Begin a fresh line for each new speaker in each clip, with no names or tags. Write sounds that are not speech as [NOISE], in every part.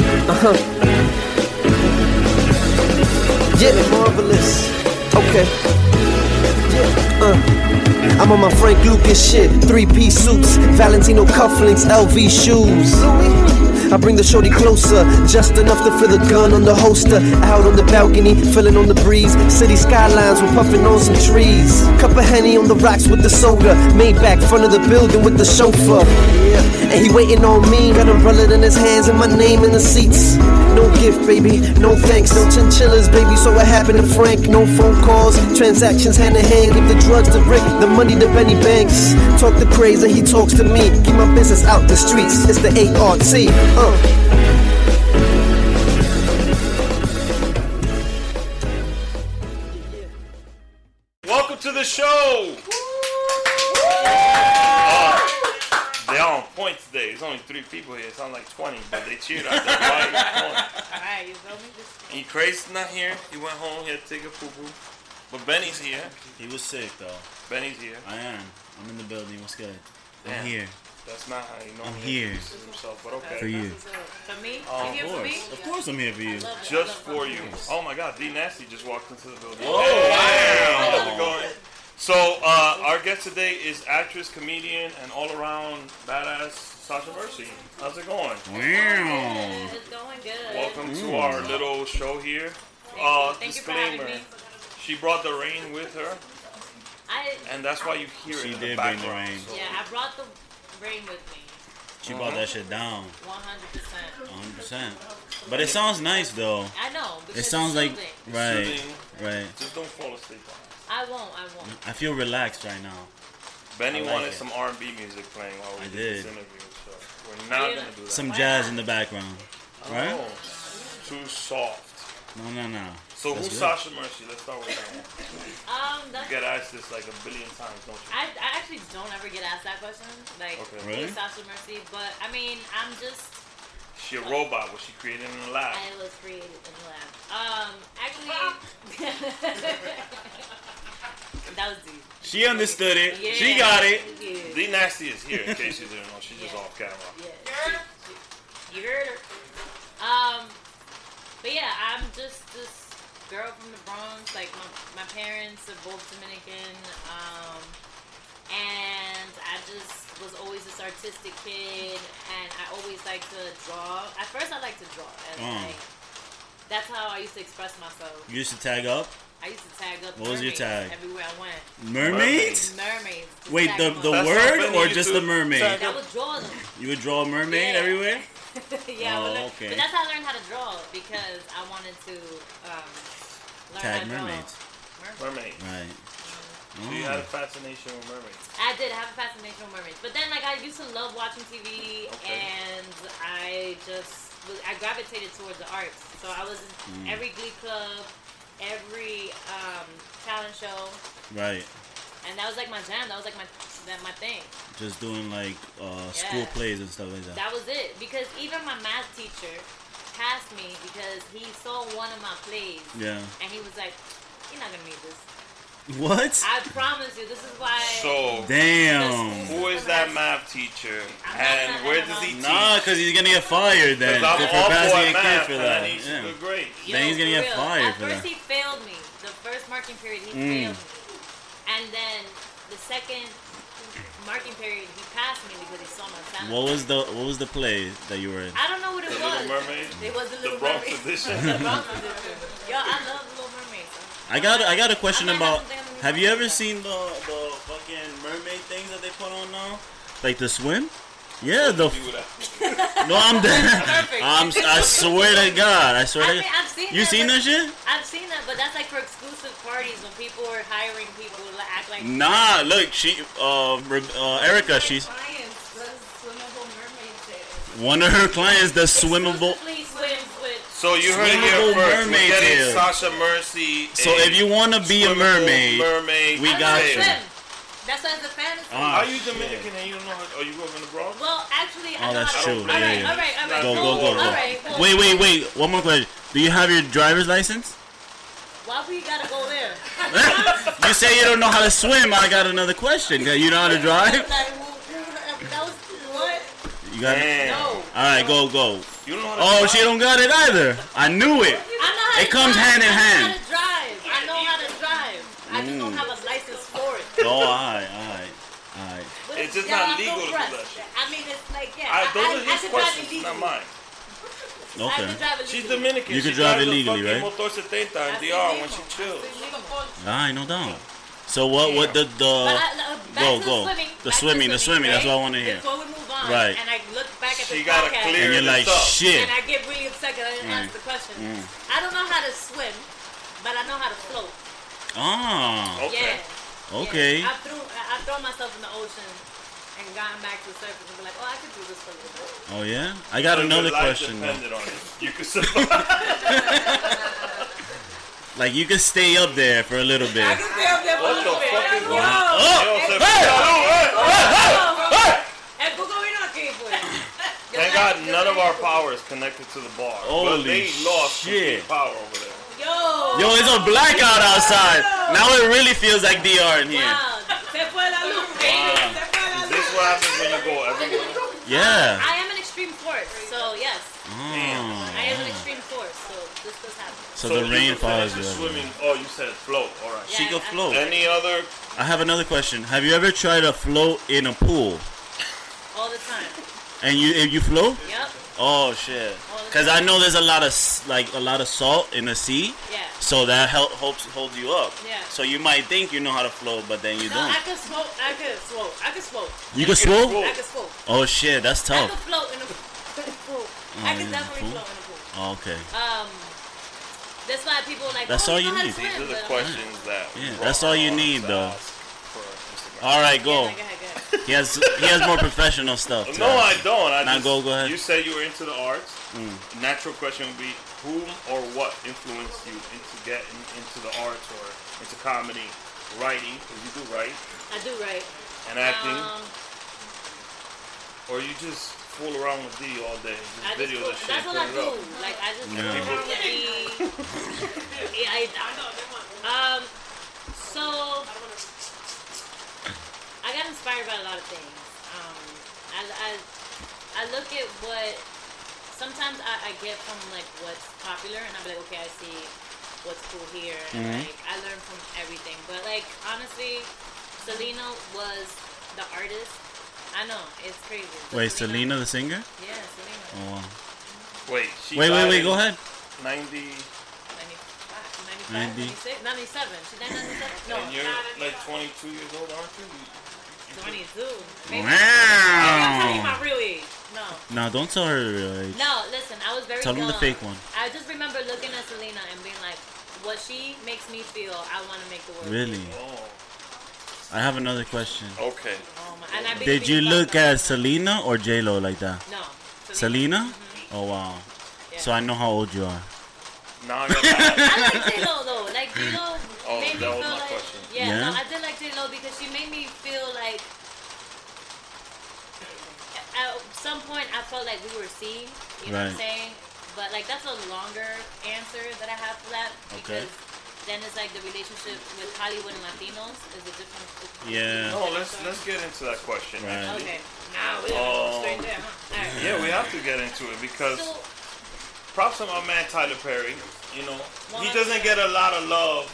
Uh-huh. Yeah, marvelous. Okay. Yeah, uh. I'm on my Frank Lucas shit. Three piece suits, Valentino cufflinks, LV shoes. I bring the shorty closer, just enough to feel the gun on the holster. Out on the balcony, feeling on the breeze. City skylines, we're puffing on some trees. Cup of henny on the rocks with the soda. Maybach, front of the building with the chauffeur. And he waiting on me, got umbrella in his hands and my name in the seats. No gift, baby, no thanks, no chinchillas, baby. So what happened to Frank? No phone calls, transactions hand in hand. Give the drugs to Rick, the money to Benny Banks. Talk the craze and he talks to me. Keep my business out the streets. It's the ART. Uh.
Welcome to the show. Uh, they're on point today. There's only three people here. It sounds like 20, but they cheered out there. Why you
All right, you feel me? Just
going? And Craig's not here. He went home. He had to take a poo poo. But Benny's here.
He was sick though.
Benny's here.
I am. I'm in the building. What's good? I'm
Yeah.
here
That's not how he normally
I'm here.
introduces himself, but okay.
for you.
so, for me?
Oh,
you here
Of
for me?
course. Of course, I'm here for you.
Love it,
Just
love it.
for you. Oh my God, D Nasty just walked into the building.
Whoa,
Hey,
wow.
how's it going? So uh, our guest today is actress, comedian, and all-around badass Sasha Mercy. How's it going?
Wow.
It's going good.
Welcome to
Mm.
our little show here.
Thank you.
Uh,
Thank you for having
disclaimer:
me.
She brought the rain with her,
I,
and that's why you hear
She
it in the
did bring the
background.
rain.
so-
yeah, I brought the rain with me.
She brought that shit down.
100%.
100. percent But it sounds nice though.
I know. because
It
it's
sounds like
soothing.
right,
Soothing.
right.
Just don't fall asleep on
I won't, I won't.
I feel relaxed right now.
it. Benny
I like
wanted
it.
some R&B music playing while we
I
did, this
did.
interview, so we're not
Yeah.
gonna do that.
Some jazz in the background, right?
No, too soft.
No, no, no.
So
That's
who's
good.
Sasha Mercy? Let's start with that. one.
Um,
You
that's,
get asked this like a billion times, don't you?
I, I actually don't ever get asked that question. Like,
Okay.
who's
Really?
Sasha Mercy? But, I mean, I'm just,
She a robot. Was she created in a lab?
I was created in the lab. Um, actually, [LAUGHS] that was deep.
She understood it.
Yeah.
She got it.
Yeah.
The nasty is
[LAUGHS]
here. In case you didn't know, she's just
Yeah.
off camera.
Yeah. You heard her. Um, but yeah, I'm just this girl from the Bronx. Like my, my parents are both Dominican, um, and I just was always this artistic kid, and I always like to draw. At first, I like to draw, and
Mm.
like that's how I used to express myself.
You used to tag up
I used to tag up.
What was your
mermaids
tag?
Everywhere I went,
mermaids.
mermaids. Just
Wait,
tag
the
them
the
up.
That's
word
something
or
you
just
do.
the mermaid?
Tag-
that would draw them.
You would draw a mermaid
Yeah.
everywhere.
[LAUGHS] yeah,
Oh,
well,
okay.
but that's how I learned how to draw because I wanted to um, learn how
Tag
to draw.
mermaids.
Mermaids.
Mermaid.
Right. Oh,
So
Mm.
you had a fascination with mermaids.
I did have a fascination with mermaids, but then like I used to love watching TV,
Okay.
and I just was, I gravitated towards the arts. So I was in
Hmm.
every Glee club, every um, talent show,
Right.
and that was like my jam. That was like my that my thing.
Just doing like uh, school
Yeah.
plays and stuff like that.
That was it. Because even my math teacher passed me because he saw one of my plays.
Yeah.
And he was like, You're not gonna need this.
What?
I promise you, this is why
So
Damn.
who is that math teacher,
I'm not
and
gonna-
where does he teach?
Nah, cause he's gonna get fired then.
Because I'm
for
awful
passing
at
a
math,
kid for
and I
that.
need some
Yeah.
good grades.
yo,
then he's gonna
for
get
real.
fired
At
for
first
that.
he failed me. The first marking period he failed
Mm.
me. And then the second marking period he passed me because he saw my talent.
What was the What was the play that you were in?
I don't know what it
The
was.
Little Mermaid.
It was the
The
Little
Bronx
Mermaid.
edition.
[LAUGHS]
the Bronx edition. Yo, I love the Little Mermaid.
I got I got a question
I might have
about.
something on the
Have you
mermaid.
ever seen the the fucking mermaid things that they put on now? Like the swim? Yeah. The
You
f-
would have-
no, I'm [LAUGHS] dead.
Perfect.
I'm. I swear to God. I swear
[LAUGHS] I
to.
mean, I've seen
You
that,
seen
but-
that shit?
I've seen that, but that's like for exclusive parties when people are hiring people to like, act like.
Nah. Look, she. Uh, Re- uh, Erica. She's
clients does swimmable mermaid tails.
one of her clients. The swimmable.
Exclusively swims with.
So you heard it here
Swimmable
first. We're
mermaid
getting
tail.
Sasha Mercy.
So
a
if you want to be a
swimmable
mermaid,
mermaid
we
I
got
don't
you.
swim. That's why it's a fantasy.
Ah,
Are you
shit.
Dominican and you don't know? How, oh, you grew up in the Bronx.
well, actually,
Oh,
I know
that's
how to.
true.
All
Yeah,
right,
yeah,
all right, all right.
Go,
so,
go, go, go.
All right. well,
Wait, wait, wait. One more question. Do you have your driver's license? [LAUGHS]
Why we gotta go there?
you say you don't know how to swim. I got another question. Do You know how to drive?
Like, who- who- that was what?
You got it?
Damn.
No.
All right, go, go.
You don't know how to
Oh,
drive.
she don't got it either. I knew
I know
it.
how
It
to
comes
drive.
hand in
I know how
hand. Mm.
to drive. I know how to drive. I just don't have a license for it.
Oh, all right, all right, all right.
But
[LAUGHS] It's just
yeah,
not
I feel
legal to do
rushed.
that shit.
I mean, it's like yeah.
I, those are
I, I, I
his
can drive
questions,
illegally.
not mine.
I can
Okay.
drive illegally.
She's Dominican.
You can
she
drive
drives a
illegally,
fucking
right?
Motor 70
I
in
see
DR when
legal.
she
I
chills.
see legal.
All right, no doubt. So what? What the
But
the?
I, uh, back
Oh,
to The
Go, go.
swimming. back
The
to
swimming, the swimming, that's
right?
what I wanna hear.
Before we move on,
Right.
and I look back at
She
the
gotta
podcast,
clear
And you're
this
like,
up.
shit.
and I get really upset because I didn't
Mm.
answer the question.
Mm.
I don't know how to swim, but I know how to float.
Oh,
Okay.
Yeah.
okay.
Yeah. I threw I I throw myself in the ocean and gotten back to the surface and be like, oh, I could do this for a little bit.
Oh yeah. I got
Your
another
life
question. though.
depended on it. You could survive.
Like you can stay up there for a little bit.
I can stay up there for a
What the
little bit.
fuck is
Yo,
going
on?
yo,
Yo,
hey,
se fue.
hey, Google, we not here for it.
[LAUGHS] Thank God none of our power is connected to the bar.
Holy
but they lost complete
shit.
power over there.
[LAUGHS] Yo.
Yo, it's a blackout outside. Now it really feels like DR in here.
Wow.
Se fue la luz, baby. Se fue la
This
luz.
is what happens when you go everywhere.
Yeah.
I am an extreme force, so yes, I am an
Oh.
extreme force, so this does happen.
So the
you
rain
could finish
follows
the
you. everywhere.
Swimming. Oh, you said float. All right.
She
Yeah,
could
I-
float.
Any other?
I have another question. Have you ever tried to float in a pool?
All the time.
And you if you float?
Yep.
Oh shit.
All the
Cause I
time.
know there's a lot of s- like a lot of salt in the sea,
Yeah.
so that help helps holds you up.
Yeah.
So you might think you know how to float, but then you
No,
don't.
I could smoke. I could smoke. I could smoke.
you can
can
float?
float.
I could smoke.
Oh shit, that's
I
tough.
could float in a in a pool.
Oh,
I
in
could
a
definitely
pool?
float in a pool.
Oh, okay.
Um, that's why people are like.
That's
oh,
all
you
you
know how to
need.
swim,
These are the
but I'm like,
questions that.
Yeah, that's all you need, though.
though.
All right,
Yeah, no, go
go.
ahead, go ahead.
He has he has more professional stuff. to
Oh, No, I
ask.
don't. I
Now
just,
go- go ahead. Mm.
You said you were into the arts. Natural question would be, whom or what influenced you into getting into the arts or into comedy, writing? Because you do write
I do right.
and acting,
Um,
or you just fool around with D all day,
I
just
just
video
fool-
that shit.
that's
put
what I
it
do.
up.
Like I just
Yeah.
fool around with the. yeah, I, I know. Um, so I got inspired by a lot of things. Um, I, I, I look at what sometimes I, I get from like what's popular, and I'm like, okay, I see what's cool here, and
Mm-hmm.
like I learn from everything. But like honestly, Selena was the artist. I know it's crazy. but
Wait, Selena the singer?
Yeah, Selena.
Oh, wow.
Wait, she
Wait,
died
wait,
in
wait. Go ahead.
90,
95, 95,
Ninety.
96, 97. She died 97? No,
and you're like 22 years old, aren't you? You- you
22. Maybe. I'm telling you
Wow.
my real age. No.
No, don't tell her the real age.
No, listen, I was very
Tell them the
young.
fake one.
I just remember looking at Selena and being like, what she makes me feel, I want to make the world
Really?
feel.
could-
I have another question.
Oh, okay.
Oh my- and I
Did
basically
you
felt
look
like-
at Selena or J Lo like that?
No.
Selena? Oh wow.
Yeah.
So I know how old you are.
Now I got
[LAUGHS]
I like J-Lo though. Like J-Lo
Oh,
made me
that was
feel
my
like
question.
Yeah, no,
Mm. Yeah?
I did like J-Lo because she made me feel like at some point I felt like we were seen, you know what I'm
Right.
saying? But like that's a longer answer that I have for that
Okay.
because then it's like the relationship with Hollywood and Latinos is a different
Yeah.
No, Oh, let's let's get into that question.
Right.
actually.
Okay. Now we
Oh.
straight there, huh? All right.
Yeah, we have to get into it because
So
props to my man Tyler Perry. You know, he
One.
doesn't get a lot of love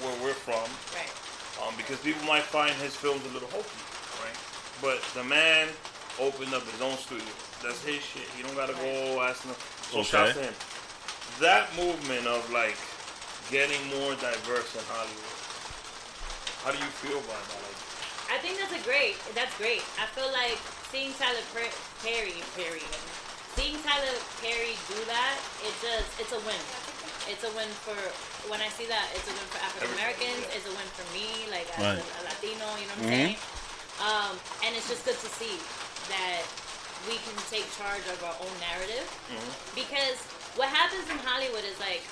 where we're from
right.
um, because people might find his films a little hokey, right? But the man opened up his own studio. That's his shit. He don't gotta go asking. So
Okay.
shout to him. That movement of like getting more diverse in Hollywood. How do you feel about that? Like,
I think that's a great. That's great. I feel like seeing Tyler Per- Perry, Perry, seeing Tyler Perry do that. It just, it's a win. It's a win for when I see that. It's a win for African Americans. It's a win for me, like as
Right.
a, a Latino. You know what I'm
Mhm.
saying? Um, and it's just good to see that we can take charge of our own narrative because what happens in Hollywood is like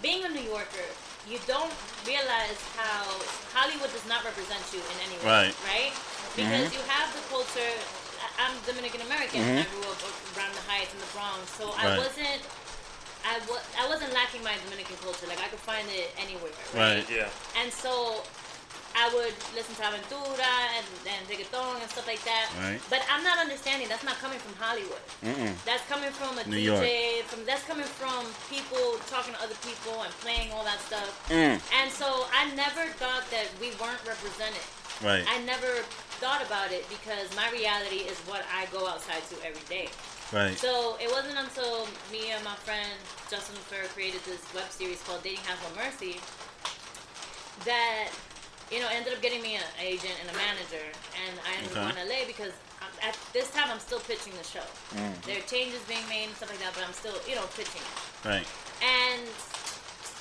being a New Yorker, you don't realize how Hollywood does not represent you in any way,
Right. Mm-hmm.
right? Because you have the culture. I- I'm Dominican American. I grew up around the Heights and the Bronx, so I
Mm-hmm. Right.
wasn't. I, wa- I wasn't lacking my Dominican culture. Like I could find it anywhere.
Right.
yeah.
And so I I would listen to Aventura and, and Reggaeton and stuff like that.
Right.
But I'm not understanding. That's not coming from Hollywood.
Mm-mm.
That's coming from a
New
DJ. From that's coming from people talking to other people and playing all that stuff.
Mm.
And so I never thought that we weren't represented.
Right.
I never thought about it because my reality is what I go outside to every day.
Right.
So it wasn't until me and my friend Justin Lefleur created this web series called Dating Has No Mercy that you know ended up getting me an agent and a manager, and I ended up
Okay.
in LA because i at this time I'm still pitching the show. There are changes being made and stuff like that, but I'm still you know pitching it.
right.
And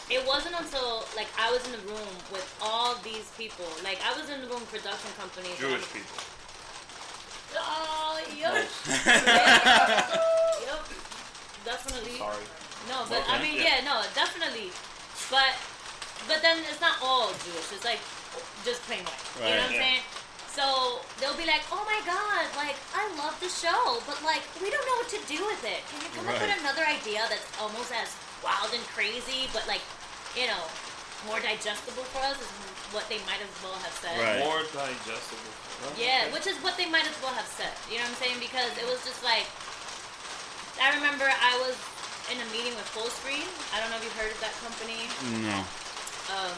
it wasn't until like I was in the room with all these people, like I was in the room with production companies.
Jewish
and- [LAUGHS]
people.
Oh, yep. yep. Definitely.
Sorry.
No, but I
Okay.
mean,
Yeah.
yeah. no, definitely. But but then it's not all Jewish. It's like just plain white. you know
Right,
what I'm
yeah.
saying? So they'll be like, "Oh my God! Like I love the show, but like we don't know what to do with it. Can you come up
Right.
with another idea that's almost as wild and crazy, but like you know more digestible for us?" Is what they might as well have said.
Right.
More digestible. Huh?
Yeah, which is what they might as well have said. You know what I'm saying? Because it was just like, I remember I was in a meeting with Full Screen. I don't know if you've heard of that company.
No.
Um,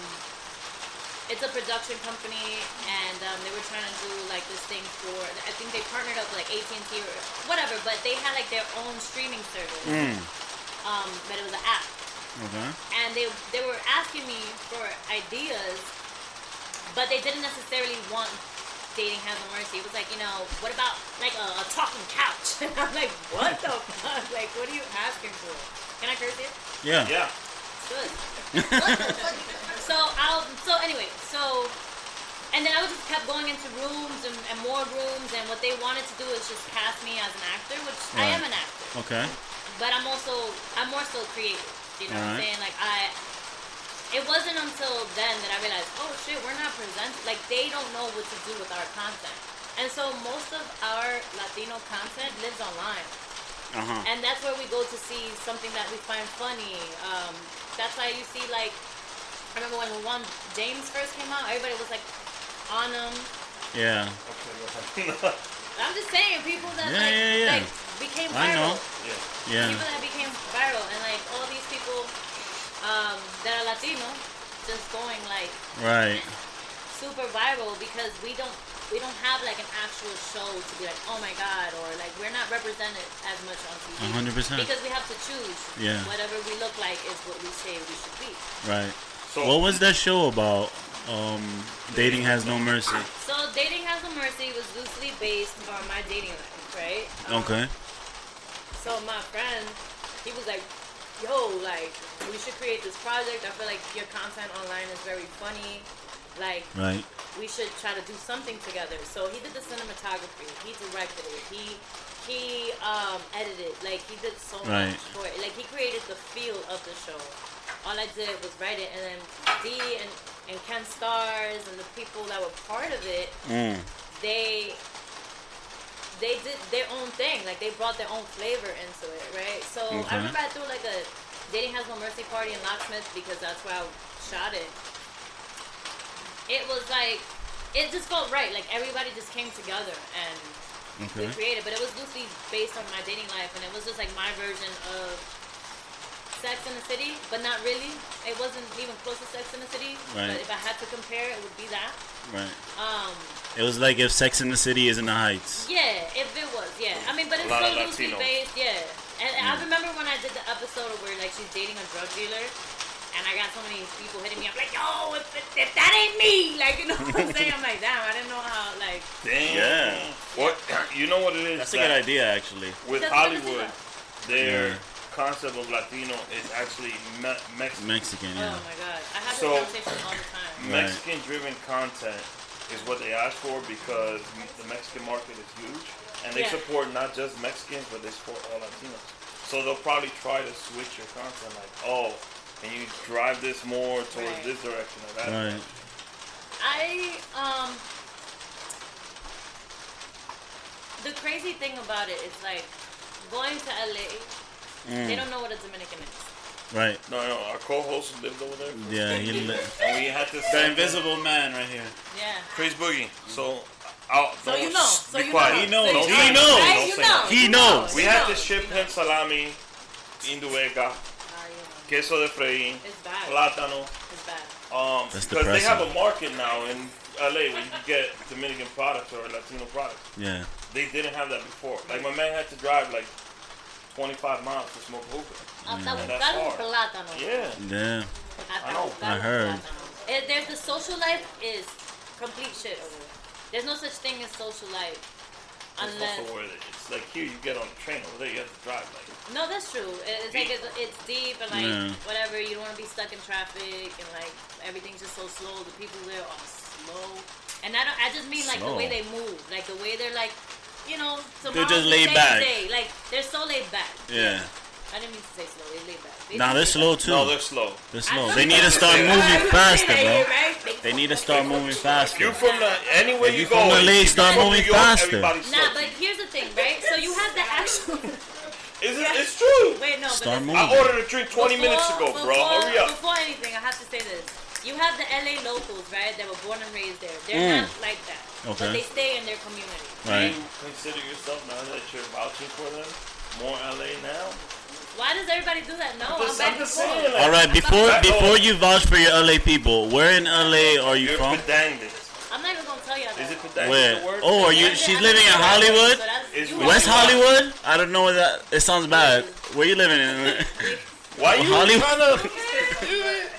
it's a production company, and um, they were trying to do like this thing for. I think they partnered up with like AT&T or whatever, but they had like their own streaming service.
Mm.
Um, but it was an app
Okay.
and they they were asking me for ideas, but they didn't necessarily want dating has no mercy. It was like, you know, what about like a, a talking couch? [LAUGHS] And I'm like, what the fuck? Like, what are you asking for? Can I curse it?
Yeah.
Yeah.
Good. [LAUGHS] What the fuck? so I'll so anyway so. And then I was just kept going into rooms and, and more rooms, and what they wanted to do is just cast me as an actor, which I am
Right.
an actor
Okay.
but I'm also I'm more so creative. You know what I'm
Alright.
saying? Like I it wasn't until then that I realized, oh shit, we're not presented like they don't know what to do with our content. And so most of our Latino content lives online.
Uh
Uh-huh.
huh.
And that's where we go to see something that we find funny. Um, that's why you see like I remember when Juan James first came out, everybody was like on him.
Yeah.
Okay. go ahead. [LAUGHS]
I'm just saying people that
Yeah,
like,
yeah, yeah.
like became viral
I know.
yeah.
Yeah.
people that became viral and like all these people um, that are Latino just going like
Right.
super viral because we don't we don't have like an actual show to be like oh my god or like we're not represented as much on TV.
A hundred percent.
Because we have to choose.
Yeah.
Whatever we look like is what we say we should be.
Right.
So
What was that show about? Um, dating has no mercy.
So dating has no mercy was loosely based on my dating life, right? Um,
Okay.
So my friend, he was like, "Yo, like we should create this project. I feel like your content online is very funny. Like
Right.
we should try to do something together." So he did the cinematography, he directed it, he he um, edited. Like he did so
Right.
much for it. Like he created the feel of the show. All I did was write it, and then D and and Ken Stars and the people that were part of it
Mm.
they they did their own thing. Like they brought their own flavor into it, right? So
Okay.
I remember I threw like a dating has no mercy party in Locksmith because that's where I shot it. It was like it just felt right. Like everybody just came together and
Okay.
we created, but it was loosely based on my dating life, and it was just like my version of. Sex in the City, but not really. It wasn't even close to Sex in the City.
Right.
But if I had to compare, it would be that.
Right.
Um,
It was like if Sex in the City is in the Heights.
Yeah, if it was, yeah. I mean, but it's
lot
so
of
loosely
Latinos. Mm.
based, yeah. And I remember when I did the episode where like she's dating a drug dealer, and I got so many people hitting me up like, "Yo, if, if that ain't me," [LAUGHS] like you know what I'm saying? I'm like, damn, I didn't know how like. oh
damn.
Yeah.
What you know what it is?
That's a
that-
good idea, actually.
with
That's
Hollywood, their
Yeah.
concept of Latino is actually me- Mexican.
Mexican. Yeah.
Oh my god, I have
So-
this conversation all the time.
Right.
Mexican-driven content is what they ask for because the Mexican market is huge, and they
Yeah.
support not just Mexicans but they support all Latinos. So they'll probably try to switch your content, like, oh, can you drive this more towards
Right.
this direction or that?
Right.
I um the crazy
Mm.
thing about it is like going to LA, they don't know what a Dominican is.
Right.
No, no, our co-host lived over there.
Yeah, he li-
And we had this
The invisible man right here.
Yeah.
Crazy Boogie. So, I'll,
So
don't
you know.
shh,
So
be
you
quiet.
know.
He knows.
So
He
right?
knows.
Right?
Don't
You
say
know.
that.
He
You
knows.
know.
We
You
had
know.
to ship him salami, induega,
Ah, yeah.
queso de freír,
It's bad.
plátano.
It's bad.
Um,
That's
because they have
depressing.
a market now in LA where you can get Dominican products or Latino products.
Yeah.
They didn't have that before. Like my man had to drive like 25 miles to smoke hookah. Mm.
Hasta buscar un
That's hard.
plátano.
Yeah.
Yeah.
Hasta
I know.
buscar
I
un
heard.
plátano. It, there's the social life is complete shit over there. There's no such thing as social life.
That's
Unless,
also where it- it's like here you get on the train over there you have to drive like
no, that's true. It, it's like it's, it's deep and like
Yeah.
whatever. You don't want to be stuck in traffic and like everything's just so slow. The people there are slow, and I don't. I just mean like the way
Slow.
they move, like the way they're like, you know,
They're just
tomorrow's the
laid
same
back.
Day. Like they're so laid back.
Yeah.
I didn't mean to say slow. They laid back. They
Nah,
just
they're
laid
slow too.
No, they're slow.
They're slow.
I-
They need to
[LAUGHS]
start
Yeah.
moving faster, bro.
bro.
back.
They need to start moving faster.
You from the anywhere
If
you
you
go
from the
if
league,
you go
start
to
moving
New York,
faster.
everybody's slow.
Nah, but here's the thing, right? So you have the actual.
Is it, it's true.
Wait, no,
Start
but
moving.
I ordered a drink 20 minutes ago,
before,
bro. Hurry up.
Before anything, I have to say this. You have the LA locals, right? That were born and raised there. They're
Mm.
not like that.
Okay.
But they stay in their community.
Right.
Do you consider yourself now that you're vouching for them more LA now?
Why does everybody do that? No, I'm,
Just-
back
I'm just
and forth.
saying, like,
All right, before
Back
before
over.
you vouch for your LA people, where in LA are you
You're
from?
pedantic.
I'm not even gonna tell y'all.
Is
that.
it pedantic?
Where?
the word?
Oh, are
I'm
you?
just-
She's
I'm
living in
not gonna tell y'all
Hollywood,
that, so that's-
Is
you
West
have
West
to-
Hollywood. I don't know where that. It sounds bad. Where you living in? [LAUGHS]
Why you
Hollywood?
trying to?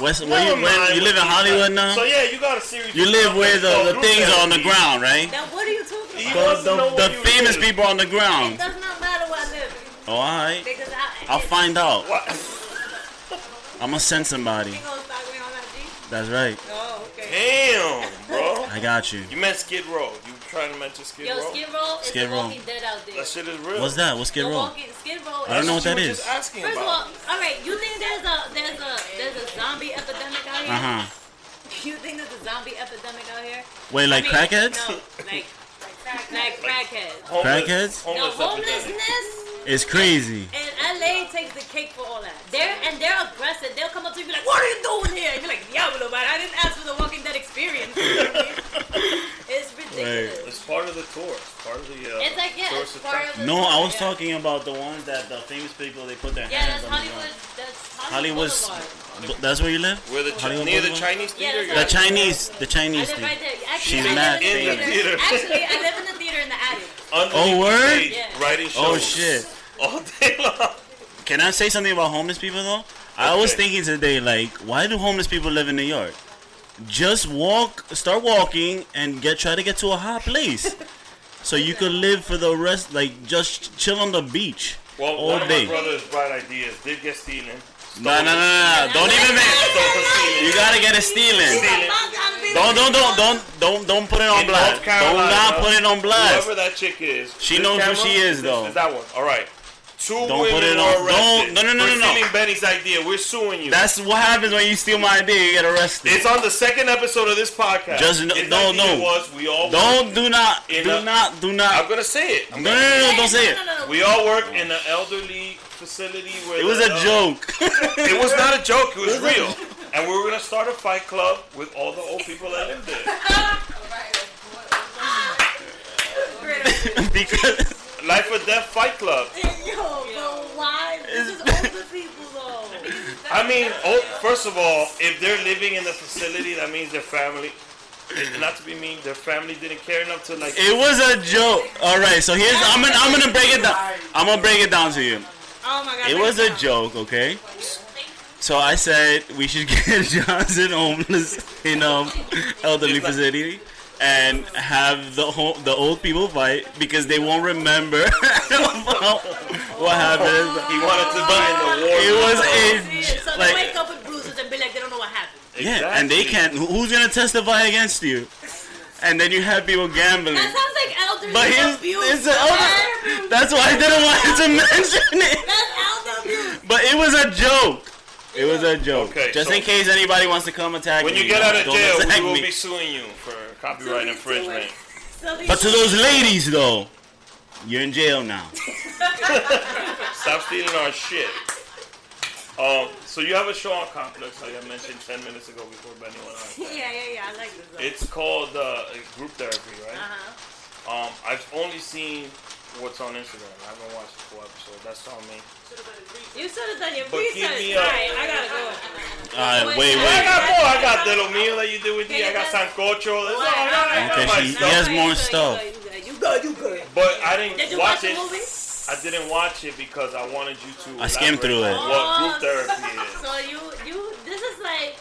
West. Where you? Where, you live in Hollywood
So
now?
yeah, you got a series.
You live where the, the things are on the ground, right?
[LAUGHS] Now, what are you talking
He
about?
The,
wants to know
the,
where
the
you
famous
live.
people on the
It
ground.
does not matter where I live
Oh, all right.
because I.
I'll find out.
What?
I'm gonna send somebody.
You gonna stalk me on IG?
That's right.
Oh, okay.
Damn, bro.
I got you.
You meant Skid Row. You trying to mention Skid
Yo,
Row?
Skid Row is
Skid
the
Row.
Walking Dead out there.
That shit is real.
What's that? What's Skid
The
Row?
Walking Skid Row.
I don't
is-
know what that
you were
is.
Just asking
First of
about.
all, all right, you think there's a there's a there's a zombie epidemic out here?
Uh huh.
[LAUGHS] You think there's a zombie epidemic out here?
Wait, like
I mean,
crackheads?
No, like like crackheads.
Crackheads?
Homeless,
No,
homeless epidemic.
homelessness
It's crazy.
in LA takes the cake for all that. They're and they're aggressive. They'll come up to you and be like, "What are you doing here?" And you're like, "Diablo, man, I didn't ask for the Walking Dead experience."
[LAUGHS]
it's ridiculous.
It's part of the tour. It's part of the. Uh,
It's like yeah, it's
tourist
part of
attraction.
the
No, I was
yeah.
talking about the ones that the famous people they put their
Yeah,
hands
that's
on.
Hollywood. That's Hollywood.
Hollywood's.
Boulevard.
Th- That's where you live?
Where the Chi-
Hollywood
near the
Boulevard?
Chinese
Yeah,
theater.
that's
The
guys.
Chi-
Chinese, the
I
Chinese
live
thing.
right there. Actually,
She's
I
mad
live in the
famous.
theater.
Theater.
Actually, I live in the theater in the attic.
Underneath
Oh,
the
word?
stage,
Yeah.
Writing shows.
Oh shit!
All day long.
Can I say something about homeless people though? I was
Okay.
thinking today, like, why do homeless people live in New York? Just walk, start walking, and get try to get to a high place,
[LAUGHS]
so you could live for the rest. Like, just chill on the beach
Well,
all
one of
day.
my brother's bright ideas did get stolen.
No, no, no, no, no! Don't even make.
Stolen.
You gotta get a stealing.
Stealing.
Don't, don't, don't, don't, don't, don't put it on
In
blast.
North Carolina,
don't not put it on blast.
Whoever that chick is,
She
this
knows who
camera,
she is,
this-
though.
Is that one? All right. Two
Don't
women
put it
were
on-
arrested.
don't- no, no, no,
We're
no, no.
stealing Benny's idea. We're suing you.
That's what happens when you steal my idea. You get arrested.
it's on the second episode of this podcast.
Just no-
His
no,
idea
no.
Was we all
don't do not
In
do
a-
not do not.
I'm gonna say it. I'm
no, no,
gonna-
no, no,
Hey,
don't say it.
No, no, no.
We all work in an elderly facility where
It was
the uh,
a
el-
joke. [LAUGHS]
It was not a joke. It was real. And we were gonna start a fight club with all the old people that lived there.
because
Life or death fight club.
[LAUGHS] Yo, but why? This is older people though.
I mean, oh, first of all, if they're living in the facility, that means their family. Not to be mean, their family didn't care enough to like.
it was a joke. All right, so here's I'm gonna I'm gonna break it down. I'm gonna break it down to you.
Oh my god.
It was a joke, okay? So I said we should [LAUGHS] get Johnson homeless in um elderly facility and have the home, the old people fight because they won't remember [LAUGHS] about what happened.
He wanted to buy in the war.
It was a j-
So they
like
wake up with bruises and be like, they don't know what happened.
yeah, and they can't. who- Who's gonna testify against you? And then you have people gambling.
That sounds like elderly
But here's
abuse.
it's the
man.
other. That's why I didn't want to [LAUGHS] mention it.
That's elder abuse.
But it was a joke. It was a joke.
Okay,
Just
so-
in case anybody wants to come attack
When
me,
you get out of
don't
jail,
attack
we will
me.
be suing you for copyright infringement.
[LAUGHS] So these
But to those ladies, though, you're in jail now.
Stop stealing our shit. Um, so you have a show on Complex, like I mentioned ten minutes ago before Benny went on.
[LAUGHS] yeah, yeah, yeah. I like this. One.
It's called uh, Group Therapy, right?
uh-huh.
Um, I've only seen what's on Instagram. I haven't watched the full episode. That's on me.
You should have done your
But
research.
keep me
All
up.
right, I gotta go.
Alright, Uh,
Wait,
wait,
I
wait.
got more. I got little meal that you did with me. I got sancocho. That's all I got. I got
Okay,
my
she-
stuff.
has more
you
stuff.
good, You good, you good, you good.
But I
Did
didn't
you
watch
watch the
it.
movie?
I didn't watch it because I wanted you to.
I skimmed through
elaborate on
it.
What group
Oh, So [LAUGHS]
therapy
you, you, this is like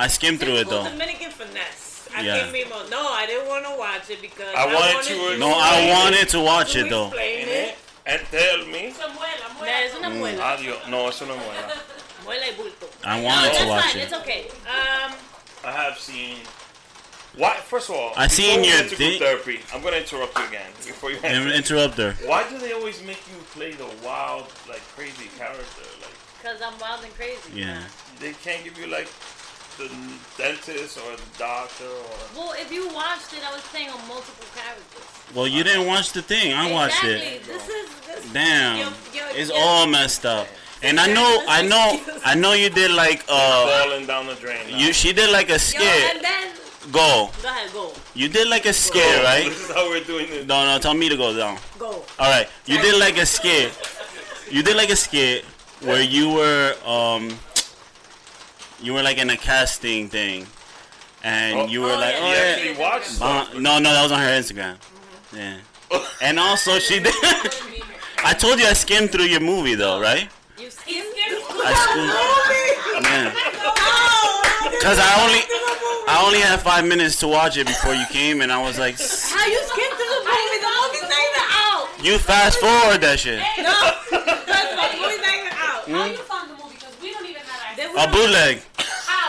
I skimmed through it
typical
though.
Dominican finesse. I
Yeah.
yeah. me more. No, I didn't want to watch it because
I wanted to-
you
No, I
to
wanted to watch it though.
Explain
is?
it.
And tell me.
that is
Mm.
una muela,
Adios. No, eso no es buena.
muela y bulto.
I
No,
wanted
that's
to watch
fine.
it.
It's okay. Um,
I have seen. Why? First of all,
I
before
seen
we
your
get to group
dick.
therapy. I'm gonna interrupt you again before you.
Inter-
Answer.
Interrupt her.
Why do they always make you play the wild, like crazy character? Like
cause I'm wild and crazy.
Yeah.
they can't give you like the dentist or the doctor or.
Well, if you watched it, I was playing on multiple characters.
Well, you didn't watch the thing. I watched
exactly.
it.
This is this.
Damn,
Yo- yo-
it's
yo-
all messed up. And I know, I know, I know you did like uh,
Falling down the drain. now.
you she did like a
Yo,
skit.
and then
Go.
go ahead, go,
You did like a
Go.
skit, right?
oh, This is how we're doing this.
No, no, tell me to go down.
go.
All right, you did like a skit. You did like a skit where you were um, you were like in a casting thing,
Oh.
[LAUGHS] and you were
Oh,
like,
yeah,
oh
He
yeah,
actually watched.
Uh, no, no, that was on her Instagram. Yeah. And also, she did. [LAUGHS] I told you I skimmed through your movie though, right?
You skin
I skimmed. Man. Cause I only, I only had five minutes to watch it before you came, and I was like, "S-
How you skin to the movie? The movie's not even out.
you fast forward that shit.
No, that's my movie's not even out.
How you found the movie? Because we don't even have access.
Then we
A bootleg,
How?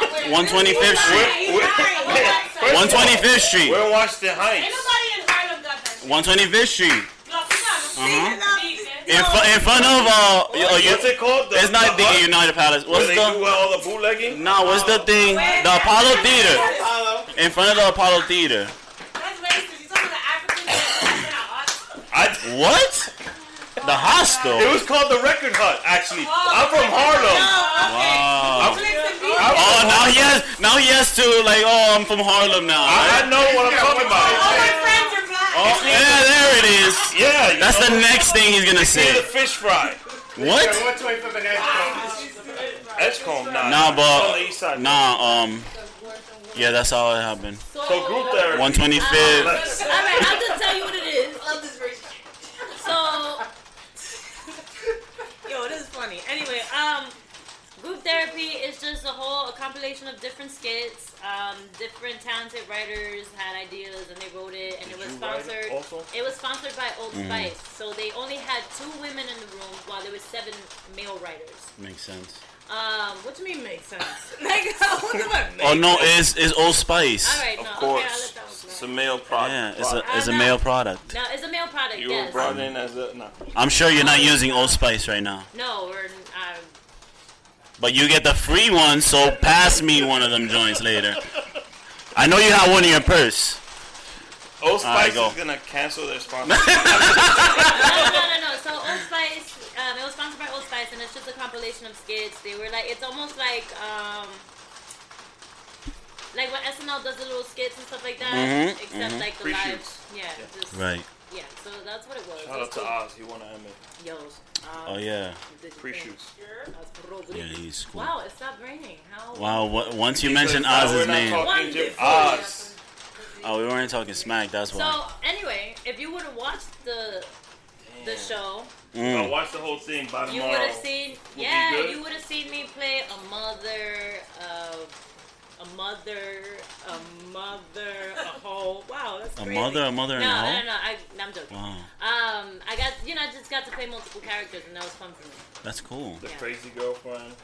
Where?
125th Street,
He's
Wait,
lying.
wait.
He's lying.
First of all,
125th Street,
We're Washington
Ain't
Heights.
[LAUGHS]
nobody in Harlem got that shit.
125th Street,
No, we got it.
uh-huh.
Jesus.
in, fr- in front of uh, oh, you,
What's it called? The,
it's not
the
the
hut
United Palace.
Where
What's
they do
the
all the bootlegging? Oh.
no? What's the thing? The Apollo Theater, in front of the Apollo Theater.
That's racist. You talking about African people?
I,
What?
it
The hostel.
was called the Record Hut, actually.
Oh,
I'm from Harlem. I'm
Wow.
from
Oh, now he has now he has to like oh I'm from Harlem now.
I, I
right?
know what I'm talking about.
Oh yeah, there it is.
Yeah, you
That's
know,
the next thing he's gonna
see the
say.
fish fry.
What?
That's called nah. It's
Nah,
on
but
the east side.
nah. Um, yeah, that's how it happened.
So group therapy.
125th.
Let's-
All right, I'll just tell you what it is. So
Yo, this is funny.
anyway, um, group therapy is just a whole a compilation of different skits. Um, different talented writers had ideas and they wrote it, and it was
you write it
sponsored.
also?
It was sponsored by Old
Mm-hmm.
Spice, so they only had two women in the room while there were seven male writers.
Makes sense.
Um,
What do you mean
[LAUGHS]
makes sense? Like, [LAUGHS] what do I mean?
Oh no, it's it's Old Spice.
all right,
Of
no, okay, I'll let
course,
that one
it's
go.
a male product.
Yeah, it's a it's a male product.
No, it's a male product.
you were
yes.
brought in as a nah.
I'm sure you're not using Old Spice right now,
No, we're um,
but you get the free one. So pass me one of them joints later. I know you have one in your purse.
Old
All right,
Spice
go.
is gonna cancel their
[LAUGHS]
sponsor.
no, no, no, no. So Old Spice, um, it was sponsored by Old Spice, and it's just a compilation of skits. They were like, it's almost like, um, like when SNL does the little skits and stuff like that,
Mhm,
except like the live.
Pre-shoots.
Yeah, just
Right.
yeah. So that's what it was.
Shout out to Oz, he won an Emmy.
Yo. Um,
Oh yeah.
Pre-shoots.
Yeah, he's cool.
Wow, it stopped raining. How?
Wow, wha- once you
Because
mention
now we're
Oz's
not
name,
talking Jim-
Wonderful.
Oz.
oh, we weren't talking smack. That's
So
why.
anyway, if you would have watched the the show,
I
Mm.
watched the whole thing by
You
tomorrow.
would have seen,
be
yeah,
good.
you would have seen me play a mother, of, a mother, a mother, a
Oh, wow, that's
A
crazy.
mother, a mother,
no,
and
no,
a
no,
hoe.
no, I, no, I'm joking.
Wow,
Um, I got, you know, I just got to play multiple characters, and that was fun for me.
that's cool.
the
Yeah.
crazy girlfriend.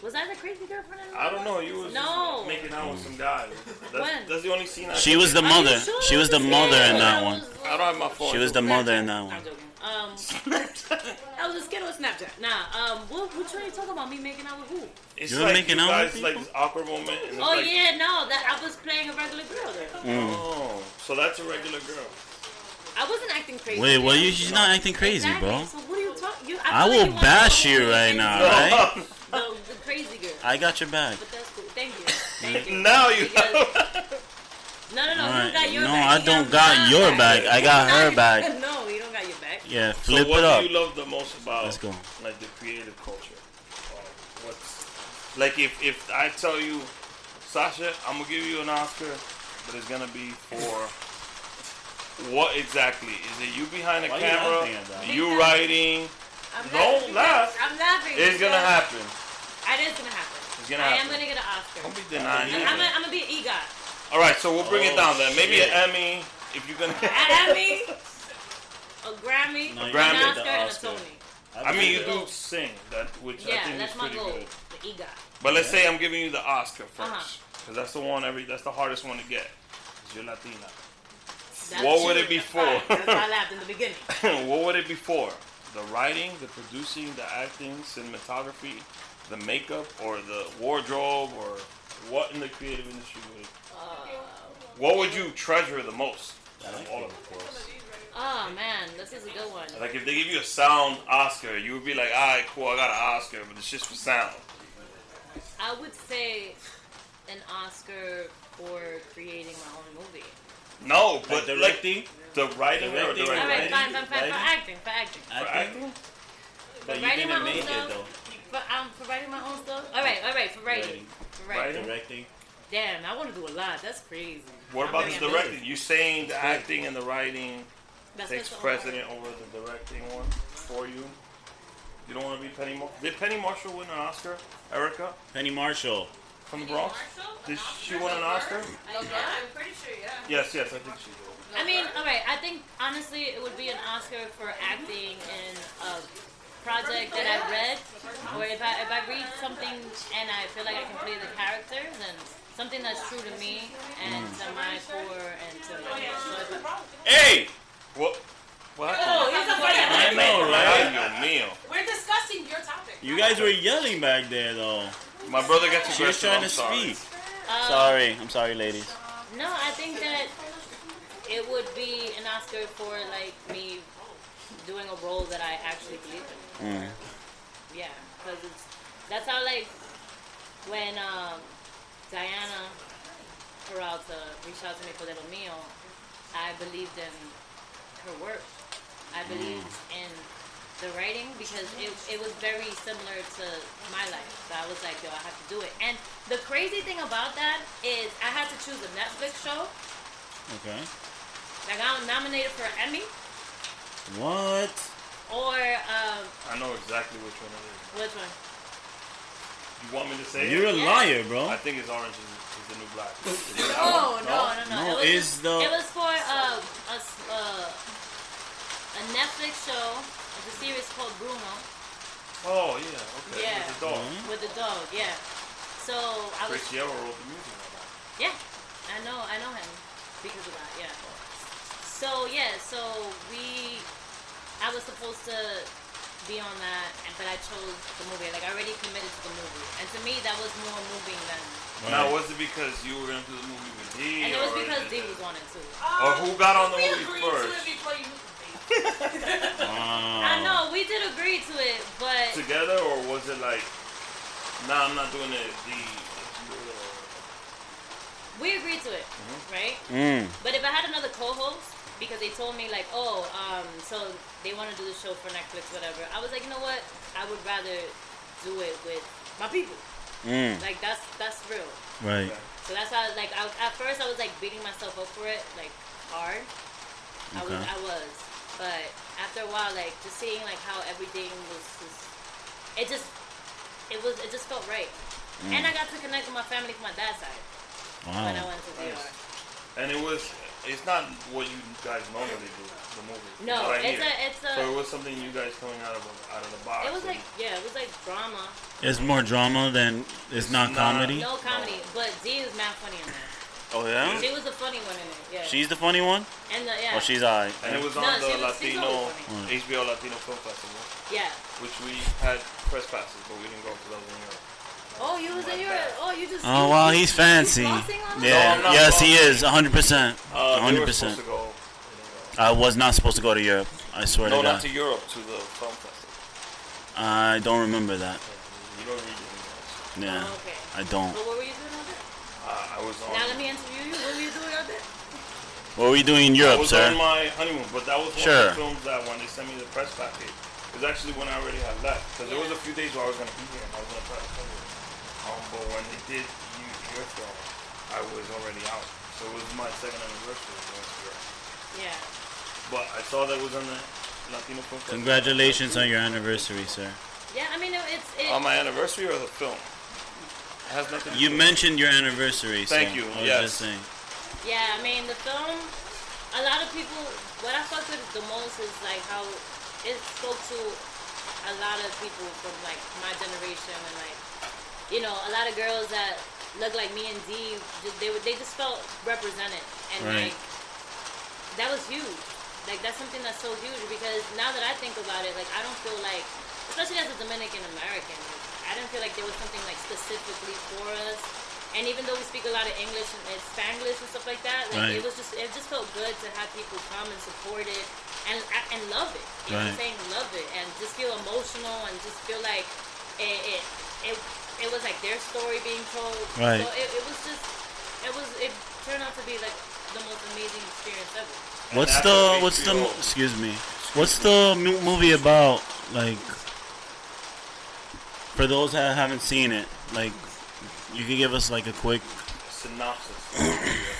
Was I the crazy girlfriend? in the
I don't
movie?
know. You was
No.
just making out with some guy. That's,
When?
that's the only scene I.
She was the
Are you
mother.
sure
She was the
it
mother
me?
in that
I
one.
was
I don't have my phone.
She
[LAUGHS]
was the mother in that one.
I'm joking. Um,
I was a skit on Snapchat.
nah. Um, what, what you ain't talking about? Me making out with who?
It's
You were
like
making
you
out
guys,
with
like
people?
this awkward moment. And it's
Oh
like,
yeah, no, that I was playing a regular girl
Mm.
there.
Oh, so that's a regular girl.
I wasn't acting crazy.
Wait, what? You she's not acting crazy,
Exactly.
bro.
So what are you talking? You,
I
feel like
will
you wanna
bash
know
you
what
right
it is.
now, right?
But
I got your back.
But that's cool. Thank you. Thank
[LAUGHS]
you.
[LAUGHS] Now you
No, no, no.
All
You
right.
got your
No,
back.
I
He
don't
mine
got your
[LAUGHS]
back. I got her back.
no, you don't got your back.
Yeah,
So
flip
what
it up.
do you love the most about
Let's go.
like the creative culture? Or What's like if if I tell you, Sasha, I'm gonna give you an Oscar, but it's gonna be for what exactly? Is it you behind the
Why you
camera?
laughing at that?
You writing?
I'm
Don't
laughing.
laugh.
I'm laughing.
It's gonna
because-
happen.
It is gonna happen.
It's gonna
I
happen.
am gonna get an Oscar.
Don't be denying
I'm, gonna,
it.
I'm gonna be an E EGOT.
All right, so we'll bring it
Oh,
down then. Maybe
shit.
an Emmy if you're
[LAUGHS]
gonna.
An Emmy, a Grammy,
No,
you
an
Grammy. get
the
Oscar, and a
Oscar.
Tony.
I mean, you do sing, that which I
Yeah,
think
that's
is
my
pretty
goal.
good.
The E EGOT.
But let's say I'm giving you the Oscar 1st
Uh-huh.
because that's the one every that's the hardest one to get. 'cause you're Latina. [LAUGHS]
That's
What would it be
that's fine.
for?
That's why
[LAUGHS]
I laughed in the beginning.
what would it be for? The writing, the producing, the acting, cinematography, the makeup, or the wardrobe, or what in the creative industry? Would
Uh,
what would you treasure the most? Out of all of it?
Oh man, this is a good one.
Like if they give you a sound Oscar, you would be like, all right, cool, I got an Oscar, but it's just for sound.
I would say an Oscar for creating my own movie.
No, but
Like
like
directing?
the writing or
Directing,
directing.
All right,
writing,
fine, fine, fine.
writing.
For acting, for acting.
Acting? But you
writing
didn't
my own
make it
stuff.
though.
For um, for writing my own stuff. All right, all right, for writing. For writing.
Writing.
Directing.
Damn, I want to do a lot. That's crazy.
What
I'm
about
very
the
ambitious.
directing? You saying the acting and the writing
That's
takes
what's the only-
precedent over the directing one for you? You don't want to be Penny Marshall. Did Penny Marshall win an Oscar? Erica
Penny Marshall.
from the Bronx.
Marshall?
Did
An
she
Oscar?
win an Oscar?
I know.
Yeah, I'm pretty sure, yeah.
Yes, yes, I think she did.
I mean, all right. I think honestly, it would be an Oscar for acting in a project that I read, or if I if I read something and I feel like I can play the character, then something that's true to me and to my core and to my. So if I-
Hey, what? What?
Oh, he's a funny-
I know, right?
Ay, Dios mío.
We're discussing your topic.
You guys were yelling back there though.
My brother gets
She
aggressive.
was
I'm
trying to
sorry.
speak.
Uh,
Sorry, I'm sorry, ladies.
No, I think that it would be an Oscar for like me doing a role that I actually believe in.
Mm.
Yeah, because it's that's how like when um, Diana Peralta reached out to me for Little Mio, I believed in her work. I believed in the writing because it, it was very similar to my life. So I was like, yo, I have to do it. And the crazy thing about that is I had to choose a Netflix show.
Okay.
Like I was nominated for an Emmy
What?
or um,
I know exactly which one it
which one?
is. You want me to say
You're
it?
a liar, bro.
I think it's orange is, is the new black. Is it that one?
Oh, No, no, no, no.
Oh, No,
it was
it's
just-
the-
It was for uh, a s- uh, a Netflix show. It's a series called Bruno
Oh yeah, okay.
Yeah.
It's a dog.
Mhm.
with the dog. Yeah. So I was.
Chris Yeo wrote the music. on that.
Yeah, I know. I know him because of that. Yeah. So yeah. So we. I was supposed to be on that, and- but I chose the movie. Like I already committed to the movie, and to me that was more moving than.
Now, was it because you were gonna do the movie with D?
And it was
or
because
is
D
it-
was on it too.
Or
Um,
who got on the
we
movie
agreed
first?
to it before you moved the
Wow.
I know we did agree to it, but
Together, or was it like, nah, I'm not doing it. if D. is doing it,"
We agreed to it, right?
Mm.
But if I had another co-host, because they told me like, oh, um, so they want to do the show for Netflix, whatever. I was like, you know what? I would rather do it with my people.
Mm.
Like that's that's real.
Right.
So that's why I was like, I, at first I was like beating myself up for it, like hard. I was,
Okay.
I was. But after a while, like just seeing like how everything was just, it just, it was, it just felt right. And I
Mm.
got to connect with my family from my dad's side when I
Wow.
went to DR.
And it was, it's not what you guys normally do. The movie.
No,
what I hear.
it's a, it's a.
So it was something you guys coming out of out of the box.
It was
and-
like yeah, it was like drama,
It's more drama than it's not
Nah.
comedy.
no comedy. But D is not funny in there.
Oh yeah.
She was the funny one in it. Yeah.
She's the funny one.
and the yeah.
Oh, she's alright.
and it was on
No, she
the
was- she's
Latino
always funny.
HBO Latino Film Festival,
yeah.
which we had press passes, but we didn't go for those in Europe.
Oh, you was
My
in Europe.
bad.
Oh, you just.
Oh
you-
wow,
you-
he's fancy.
you
Yeah.
flossing on us?
No, I'm not
Yes, he
flossing.
is. 100. percent
Uh, they were
100%.
supposed to go. you
I was not supposed to go to Europe. I swear
know. No,
to
not
God.
to Europe, to the film festival.
I don't remember that.
You don't read the emails.
Yeah.
Oh, okay.
I don't.
But what were you doing out there?
Uh, I was on.
Now let me interview you. What were you doing out there?
What were you doing in
I
Europe,
was
sir?
on my honeymoon, but that was one of
Sure.
the films that when they sent me the press package, it was actually when I already had left. Because there was a few days where I was going to be here and I was going to try to film it. Um, but when they did you, your film, I was already out. So it was my second anniversary of going to Europe.
Yeah.
But I saw that it was on the Latino Film Festival.
Congratulations on your anniversary, sir.
Yeah, I mean, it, it's. It,
On my anniversary or the film? It has nothing to
You
do
mentioned your anniversary. so
Thank you,
I was
yes.
just saying.
Yeah, I mean the film. A lot of people, what I fuck with the most is like how it spoke to a lot of people from like my generation and like you know a lot of girls that look like me and D. ju- They were- they just felt represented and
Right.
like that was huge. Like that's something that's so huge because now that I think about it, like I don't feel like, especially as a Dominican American, like, I didn't feel like there was something like specifically for us. And even though we speak a lot of English and and Spanglish and stuff like that, like
Right.
it was just it just felt good to have people come and support it and and love it. You know what I'm
Right.
saying? Love it and just feel emotional and just feel like it it it, it was like their story being told.
Right.
So it, it was just it was it turned out to be like the most amazing experience ever.
What's
Apple
the what's the
HBO.
excuse me? What's the mu- movie about? Like for those that haven't seen it, like you could give us like a quick
synopsis.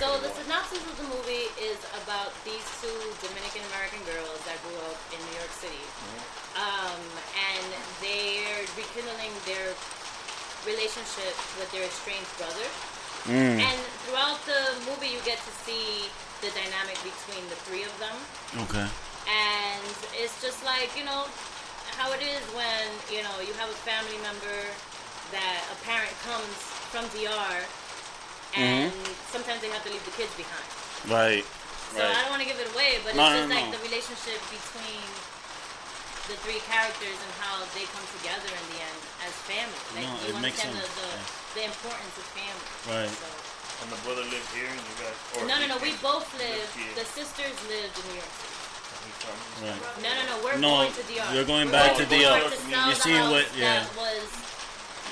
So the synopsis of the movie is about these two Dominican American girls that grew up in New York City, um, and they're rekindling their relationship with their estranged brother. And throughout the movie, you get to see the dynamic between the three of them,
okay.
and it's just like you know how it is when you know you have a family member that a parent comes from DR,
Mm-hmm.
and sometimes they have to leave the kids behind.
Right.
So I don't want to give it away, but
No,
it's just
no,
like
no.
the relationship between the three characters and how they come together in the end as family. Like
No,
you
it makes
understand
sense.
The, the, the importance of family.
Right.
So,
and the brother lived here and you guys. Or
no, no, no. We both live.
here.
The sisters lived in New York City.
He's from-
Right.
No, no, no. We're
No,
going to DR.
you're going back
We're
to
going
DR.
to sell
You
the
see
house
what- yeah.
That was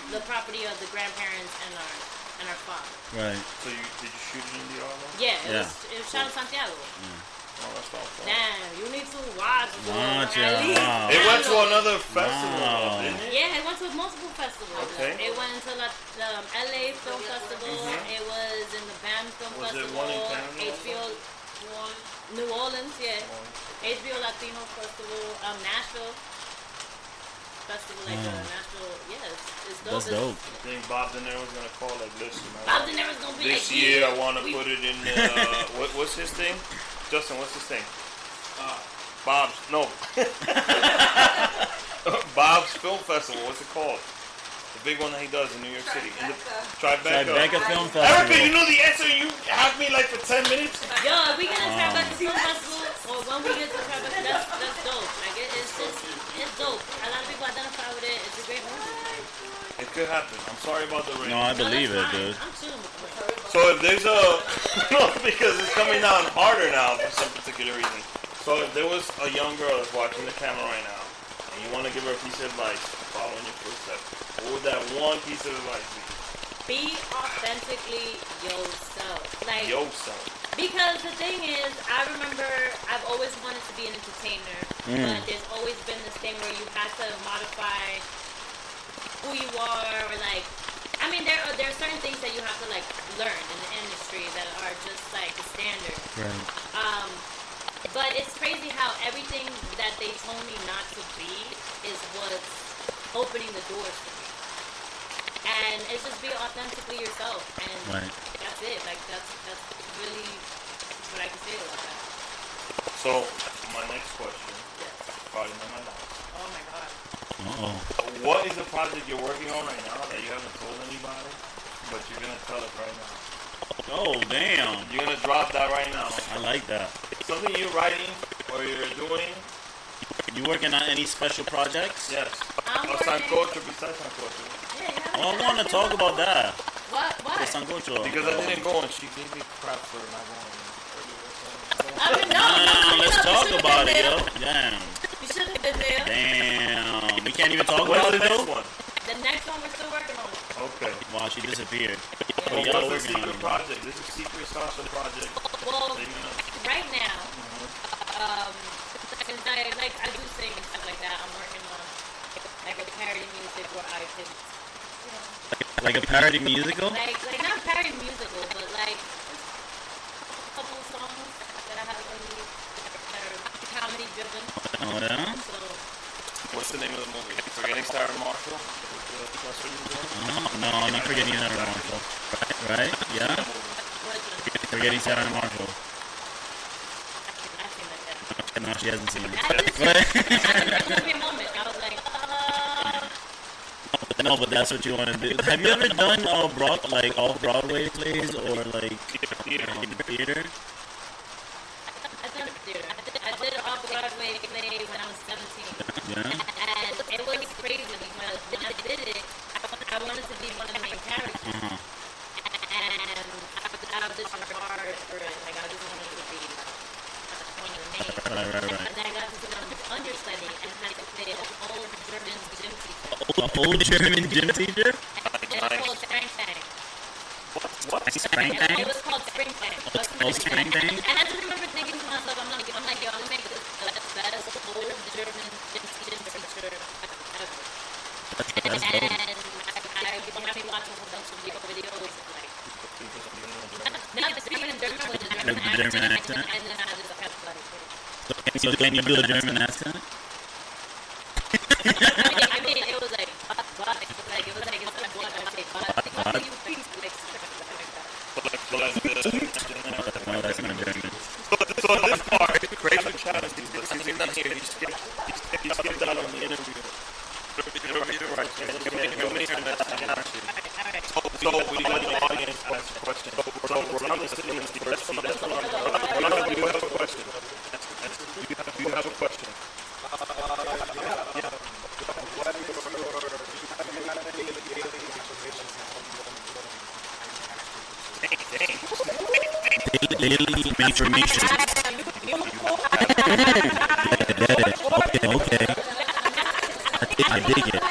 the property of the grandparents and our and our father.
Right.
So you did you shoot it in the armor?
Yeah. It
Yeah.
was, it was shot in Santiago.
Oh, that's not fun.
Damn, you need to watch. it. At
Watch it.
least-
Wow.
It went to another festival,
Wow.
didn't it?
Yeah, it went to multiple festivals.
Okay.
It went to like, the um, LA Film Festival. It was in the BAM Film
Mm-hmm. Was there
Festival.
one in Canada
HBO New Orleans, yeah. HBO Latino Festival, um, Nashville Festival, like uh,
Mm.
Nashville. Yeah, it's, it's dope.
That's dope.
I think Bob De Niro's gonna call like, listen, man,
Bob De Niro's gonna be
this
like,
year
yeah,
I want to
we-
put it in
[LAUGHS]
the uh, what, what's his thing? Justin, what's his thing? Bob's no. [LAUGHS] Bob's Film Festival. What's it called? The big one that he does in New York City. In the Tribeca.
Tribeca Film
Erica, you
Festival.
know the answer. You have me like for ten minutes.
Yo, if we get
Um.
to Tribeca Film Festival, or when we get to Tribeca, that's, that's dope. Like, it, it's just, it's dope. A lot of people identify with it. It's a great movie.
It could happen. I'm sorry about the rain.
No, I
No, that's
believe it,
fine.
dude.
I'm chilling with it.
So if there's a [LAUGHS] no, because it's coming down harder now for some particular reason. So if there was a young girl that's watching the camera right now, and you want to give her a piece of advice, follow in your footsteps, what would that one piece of advice be?
be authentically yourself. Like
Yo, son.
because the thing is, I remember I've always wanted to be an entertainer, but there's always been this thing where you had to modify who you are or like I mean there are there are certain things that you have to like learn in the industry that are just like the standard.
Right.
Um, but it's crazy how everything that they told me not to be is what's opening the doors for me. And it's just be authentically yourself, and
Right.
that's it. Like that's that's really what I can say about that.
So my next question, probably not my last.
Oh my god.
Uh oh.
What is a project you're working on right now that you haven't told anybody, but you're gonna tell us right now?
Oh damn.
You're gonna drop that right now.
I like that.
Something you're writing or you're doing?
You working on any special projects?
Yes.
I'm
Or
working-
Sancocho, besides Sancocho.
Yeah, yeah,
Oh, I
yeah.
want to talk about that.
What? What?
The sancocho.
Because I didn't go and she gave me crap for not going.
I mean, no,
No, no,
no,
no,
you
let's talk
should've
about
been
it,
there.
yo. Damn.
You should have been there.
Damn. We can't even talk
What's
about
the
it,
next
though?
one?
The next one we're still working on. it.
Okay.
Wow, she disappeared.
Well,
But y'all
what's the secret
working on it. bro.
project? This is secret Sasha project.
Well,
Leaving us.
right now, um, since I like I do sing and stuff like that, I'm working on like a parody music where I can
Like a parody musical?
like like not parody musical, but like a couple of songs that I have really that are comedy driven.
Oh, yeah?
So
What's the name of the movie? Forgetting Sarah Marshall. With, uh, Sasha Fierce?
No, Uh-huh. no, I'm not forgetting Sarah Marshall. Right? Yeah?
what is it?
Forgetting Sarah Marshall.
I can I can like that.
No, she hasn't seen it.
I just I just took a moment. I was like, uh,
[LAUGHS] No, but that's what you want to do. Have you ever done uh, broad, like off Broadway plays or like
Theater.
um, theater?
I did theater. I did, I did an off Broadway play when I was 17.
Yeah.
And it was crazy because when I did it, I, wa- I wanted to be one of the main characters.
Uh-huh.
And I was out of this regard for it. Like, I just wanted to be like, one of the main.
Right, right, right.
And I got to become an understudy and had to play an old German gym teacher.
An old German gym teacher?
And it was called Spring Fang.
What? Spring
And
Tang?
It was called Spring Fang.
Oh, it's called Spring Tang?
[LAUGHS] And I just remember thinking to myself, I'm like, I'm like, yo, I'm gonna make this the best old German gym gym teacher ever.
That's,
And
that's
I,
dope.
I, you have me watch a whole bunch of video videos of like, now it's even in German with a German
With the
accent.
German
And,
accent?
and then I just kept like,
So can, so can you do a German accent?
I mean, it was like, but, but, it was like, it was like, it's like, what I say, but, what do you think? Like, something like that.
No, that's not German. [LAUGHS]
So this part, Craven Chastity, but since he's not here, he skipped, he skipped, he skipped out on the interview. You're right, you're right. You're right, you're right. So so we let the audience ask questions. So Ronaldo's sitting in the first seat. That's Ronaldo. Ronaldo, do you have a question? Do you have- do you have a question?
Daily information. Okay, okay. I dig, I dig it.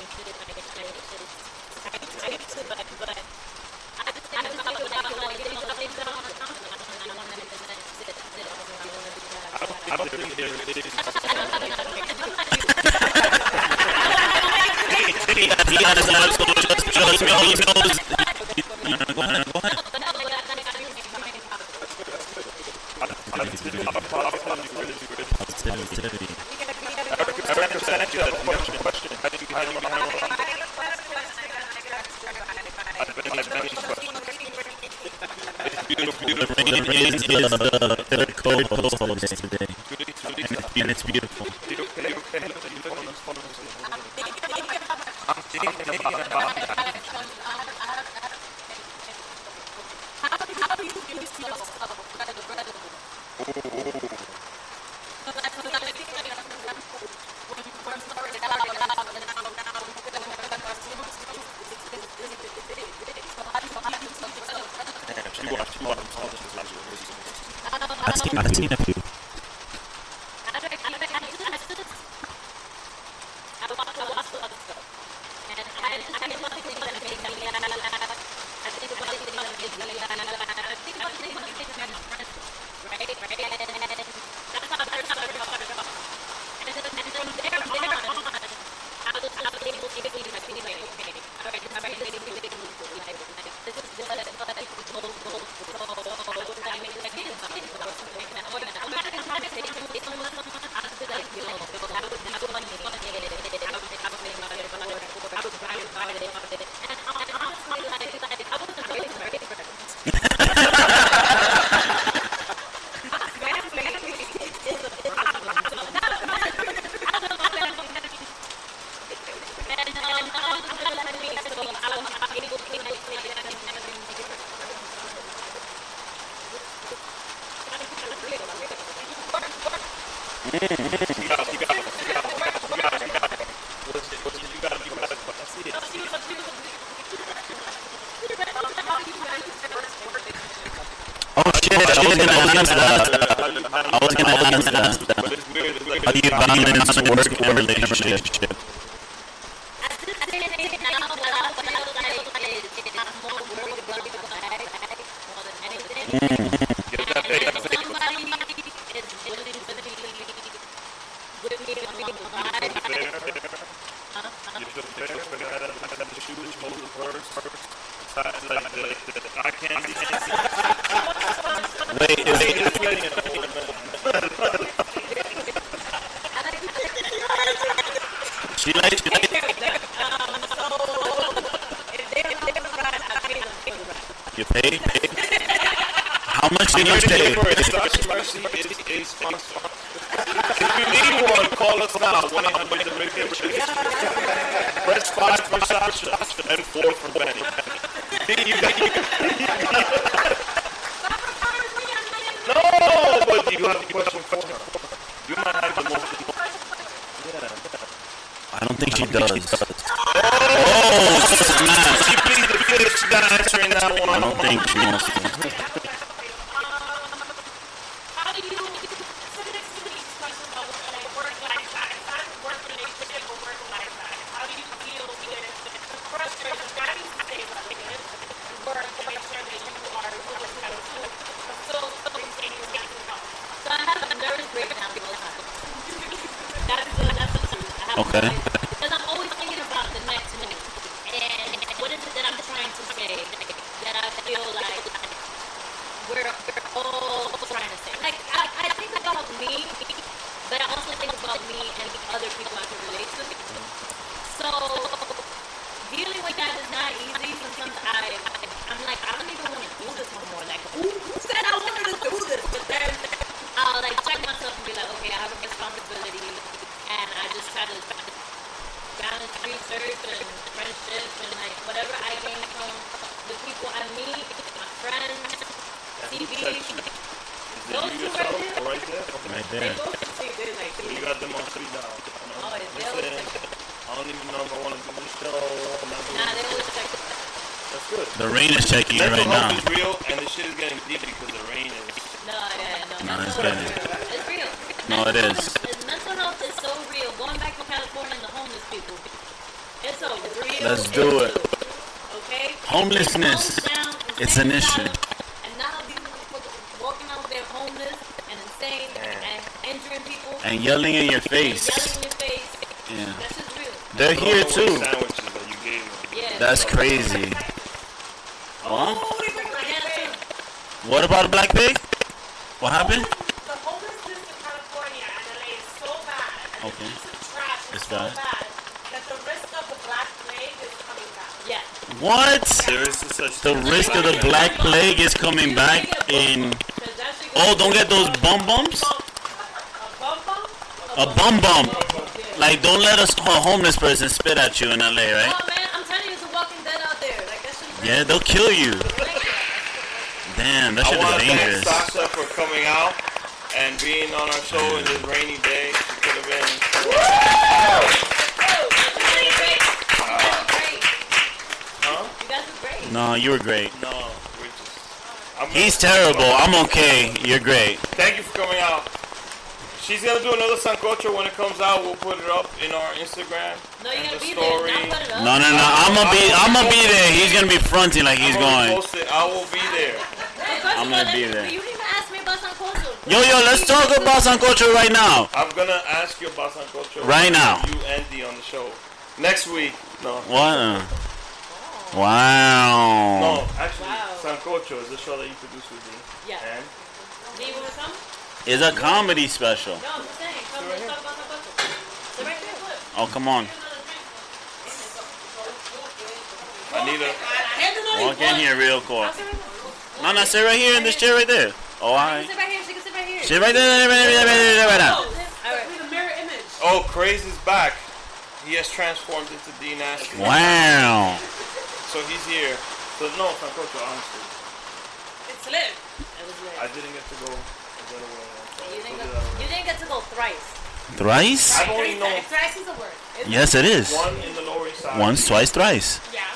Mm-hmm.
I don't think there is.
He has absolute just trust me. He knows. You know, go ahead, go ahead.
I didn't have a problem with it.
Positivity.
Erica said you had a question. Question. How do you how do you handle it? I bet- I bet she's question. It's beautiful.
The ring, the ring is the third co-host today, and it's, and it's beautiful.
You okay? You okay? Look at you, look at you, look at you. I'm thinking about that. Damn, she watched- she watched all this last year.
I've seen, I've seen a few. Oh shit! I was gonna ask that. I was gonna ask that.
But it's weird. It's like,
How do you balance work and
I
relationship?
just think now what I feel like is I'm more worried about the bag more than anything.
get that
And
thing,
if somebody is willing to be with me along the ride,
You feel fair for that, uh, that the shoes, hold the purse, purse, ties, like, the, the eye candy, candy.
Wait, is it,
It's getting an old man.
she like she like
If they don't give a ride, I pay them for the ride.
you pay? pay? How much do you
It's
pay?
for it. Such Mercy is a sponsor. If you need one, call us now. 1 800 Dominican Chase. Press 5 for Sasha and 4 for Benny. You, you, no, but you have a question for her. You might have the most
I don't think she does.
She please the finish that answer in that
I
one.
don't think she wants to.
Um, How do you, sometimes somebody questions about work like work-life balance, not work relationship, but work-life balance. How do you deal with the frustration that you say about it? Work, make sure that you are doing what you do. So, so things that you get to know.
so I have a nervous breakdown all the time. That's the that's the truth. I have a
Okay.
Because I'm always thinking about the next minute. And what is it that I'm trying to say that I feel like we're, we're all trying to say? Like, I, I think about me, but I also think about me and other people I can relate to. So, dealing with that is not easy. Sometimes I, I'm like, I don't even want to do this no more. Like, who who said I wanted to do this? But then I'll like check myself and be like, okay, I have a responsibility, and I just try to balance research and friendship and like whatever I gain from the people I meet, my friends, TV. Those two right there,
Right there.
Right
they
there.
both
See, they're like,
You got them on speed dial.
Oh, it's
Listen, I don't even know if I want to do this show. I'm not doing
nah,
this.
they always check.
That's good.
The rain is checking you
Mental
right
health
now.
is real, and the shit is getting deep because the rain is.
No, yeah, no,
No, it's
mental
bad.
health is real. It's real.
No, it
Mental
is.
health Mental health is so real. Going back to California and the homeless people, it's a real.
Let's do it.
issue, Okay. It
Homelessness.
comes down to
It's an
insane
issue.
asylum, And now these motherfuckers walking out there homeless and insane and injuring people.
And yelling in your
and
face.
Yelling in your face.
Yeah.
That's just real.
They're here too.
Sandwiches that you gave me.
Yeah.
That's crazy. Huh?
oh, they bring my
Yeah,
hand
that's
too.
What about Black Pig? What happened?
The homelessness in California and LA is so bad. And
Okay.
The piece of trash is
It's
so
bad.
bad. that the risk of the black plague is coming back.
Yeah.
What?
There is such
The risk of the Black Plague is coming back in.
Cause that shit
Oh, don't get those bum bumps.
A bum bum?
A bum bump. Like, don't let us a homeless person spit at you in LA, right?
Oh man, I'm telling you, it's a walking dead out there. Like that shit.
Yeah, they'll kill you. Damn, that
I
shit
want
is
to thank
dangerous.
Sasha for coming out and being on our show in this rainy day. She could have been. Huh?
No, you were great.
No, we're just. I'm
He's terrible. I'm okay. You're great.
Thank you for coming out. She's gonna do another sancocho when it comes out. We'll put it up in our Instagram.
No, you
and
gotta
the
be there.
story.
Not put it up.
No, no, no. I'm gonna be. I'm gonna be there. He's gonna be fronting like he's
I'm gonna
going.
Post it. I will be there.
Hey, first
I'm
of
gonna
all,
be
let-
there.
You didn't even ask me about Sankoso.
Yo, yo, let's talk about Sancocho right now.
I'm gonna ask you about sancocho
Right now.
You and D on the show next week. No.
What? Wow.
No, actually,
Wow.
Sancocho is a show that you produce with me.
Yeah.
And
Do you want to come?
It's a comedy special.
No, I'm just saying. Come let's talk about Sankoso. So right there, look.
Oh, come on.
Anita,
Walk in here real quick.
I'll sit right there.
No, no, sit right here in this chair right there. Oh, all
She can
right.
sit right here. She can sit right here.
Sit right there, right there, right there, right there, right
Oh,
now.
all right. We're the mirror image.
oh, Crazy's back. He has transformed into D Nasty.
Wow.
So he's here. So no, Sancocho, honestly,
It's lit.
That was lit.
I didn't get to go. and get away. So
You
we'll
didn't, go,
do that later.
you didn't get to go thrice.
Thrice?
I've only known
Thrice is a word. It's
Yes, it is.
one in the Lower East Side.
Once, twice, thrice.
yeah.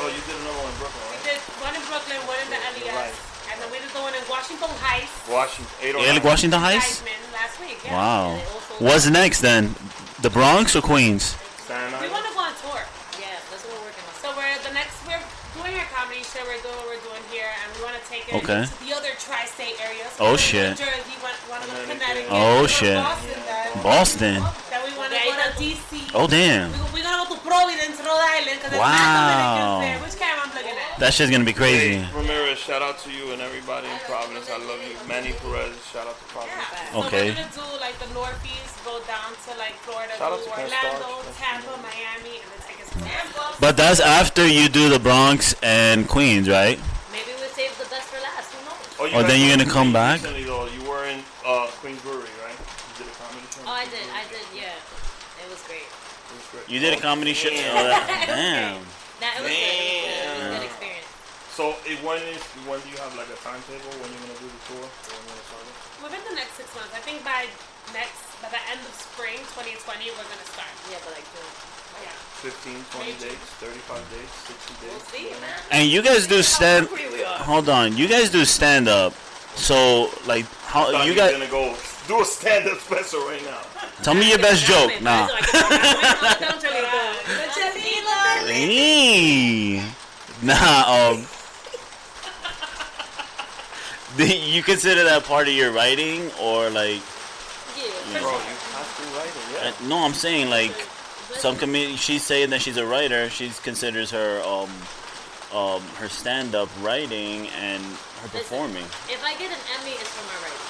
Oh, you did another one in Brooklyn, right?
There's one in Brooklyn, one in the LES,
Right.
and then we did the one in Washington
Heights.
Washington, eight oh
You like
nine.
Washington Heights?
Heisman last week. Yeah.
Wow. What's next then? The Bronx or Queens?
Staten
We
Island.
want to go on tour.
Yeah, that's what we're working on.
So we're the next. We're doing our comedy show. We're doing what we're doing here, and we want to take it
Okay.
to the other tri-state areas.
Oh,
We wanna go to
shit.
Jersey. Want, want to go to Connecticut.
Oh,
we wanna go to
shit.
Boston, then.
Boston.
Then we want to
Okay,
go to
then-
DC.
Oh damn.
We- We're gonna go to Providence, Rhode Island, because there's
Wow.
not Dominicans there. Which camera I'm looking at?
That shit's gonna be crazy.
Hey, Ramirez, shout out to you and everybody in Providence. I love you. Manny Perez, shout out to Providence.
Yeah.
Okay.
So we're gonna do like the Northeast, go down to like Florida,
Shout out
do
to Ken
Orlando,
Starch.
Tampa, Miami, and then take us to Tampa.
But that's after you do the Bronx and Queens, right?
Maybe we save the best for last. Who knows?
you
Oh,
guys
then you're
were in
gonna come
Queens
back?
Recently, though, you were in uh, Queens Brewery, right? You did a comedy show.
Oh, I did. I did. Yeah, it was great.
It was great.
You did a comedy show.
Damn.
Oh, that- [LAUGHS] damn.
Nah, it was good. It was good. It was a good
Damn.
experience.
So, it, when is when do you have like a timetable when you're gonna do the tour? Or when you're gonna start it?
Within the next six months, I think by next, by the end of spring 2020, we're gonna start.
Yeah, but like, dude,
Yeah.
15, 20 days, 35 days, 60 days.
we'll see, man.
And you guys do stand.
How hungry we are.
Hold on, you guys do stand up. So like, how
Thought You
you guys?
gonna go do a stand-up special right now.
Tell me your best joke. Nah. Hey. Nah. Um. [LAUGHS] do you consider that part of your writing, or like?
Yeah.
Bro, you have to write it, yeah.
uh, No, I'm saying like some comedian. She's saying that she's a writer. She considers her um um her stand up writing and her performing.
If I get an Emmy, it's for my writing.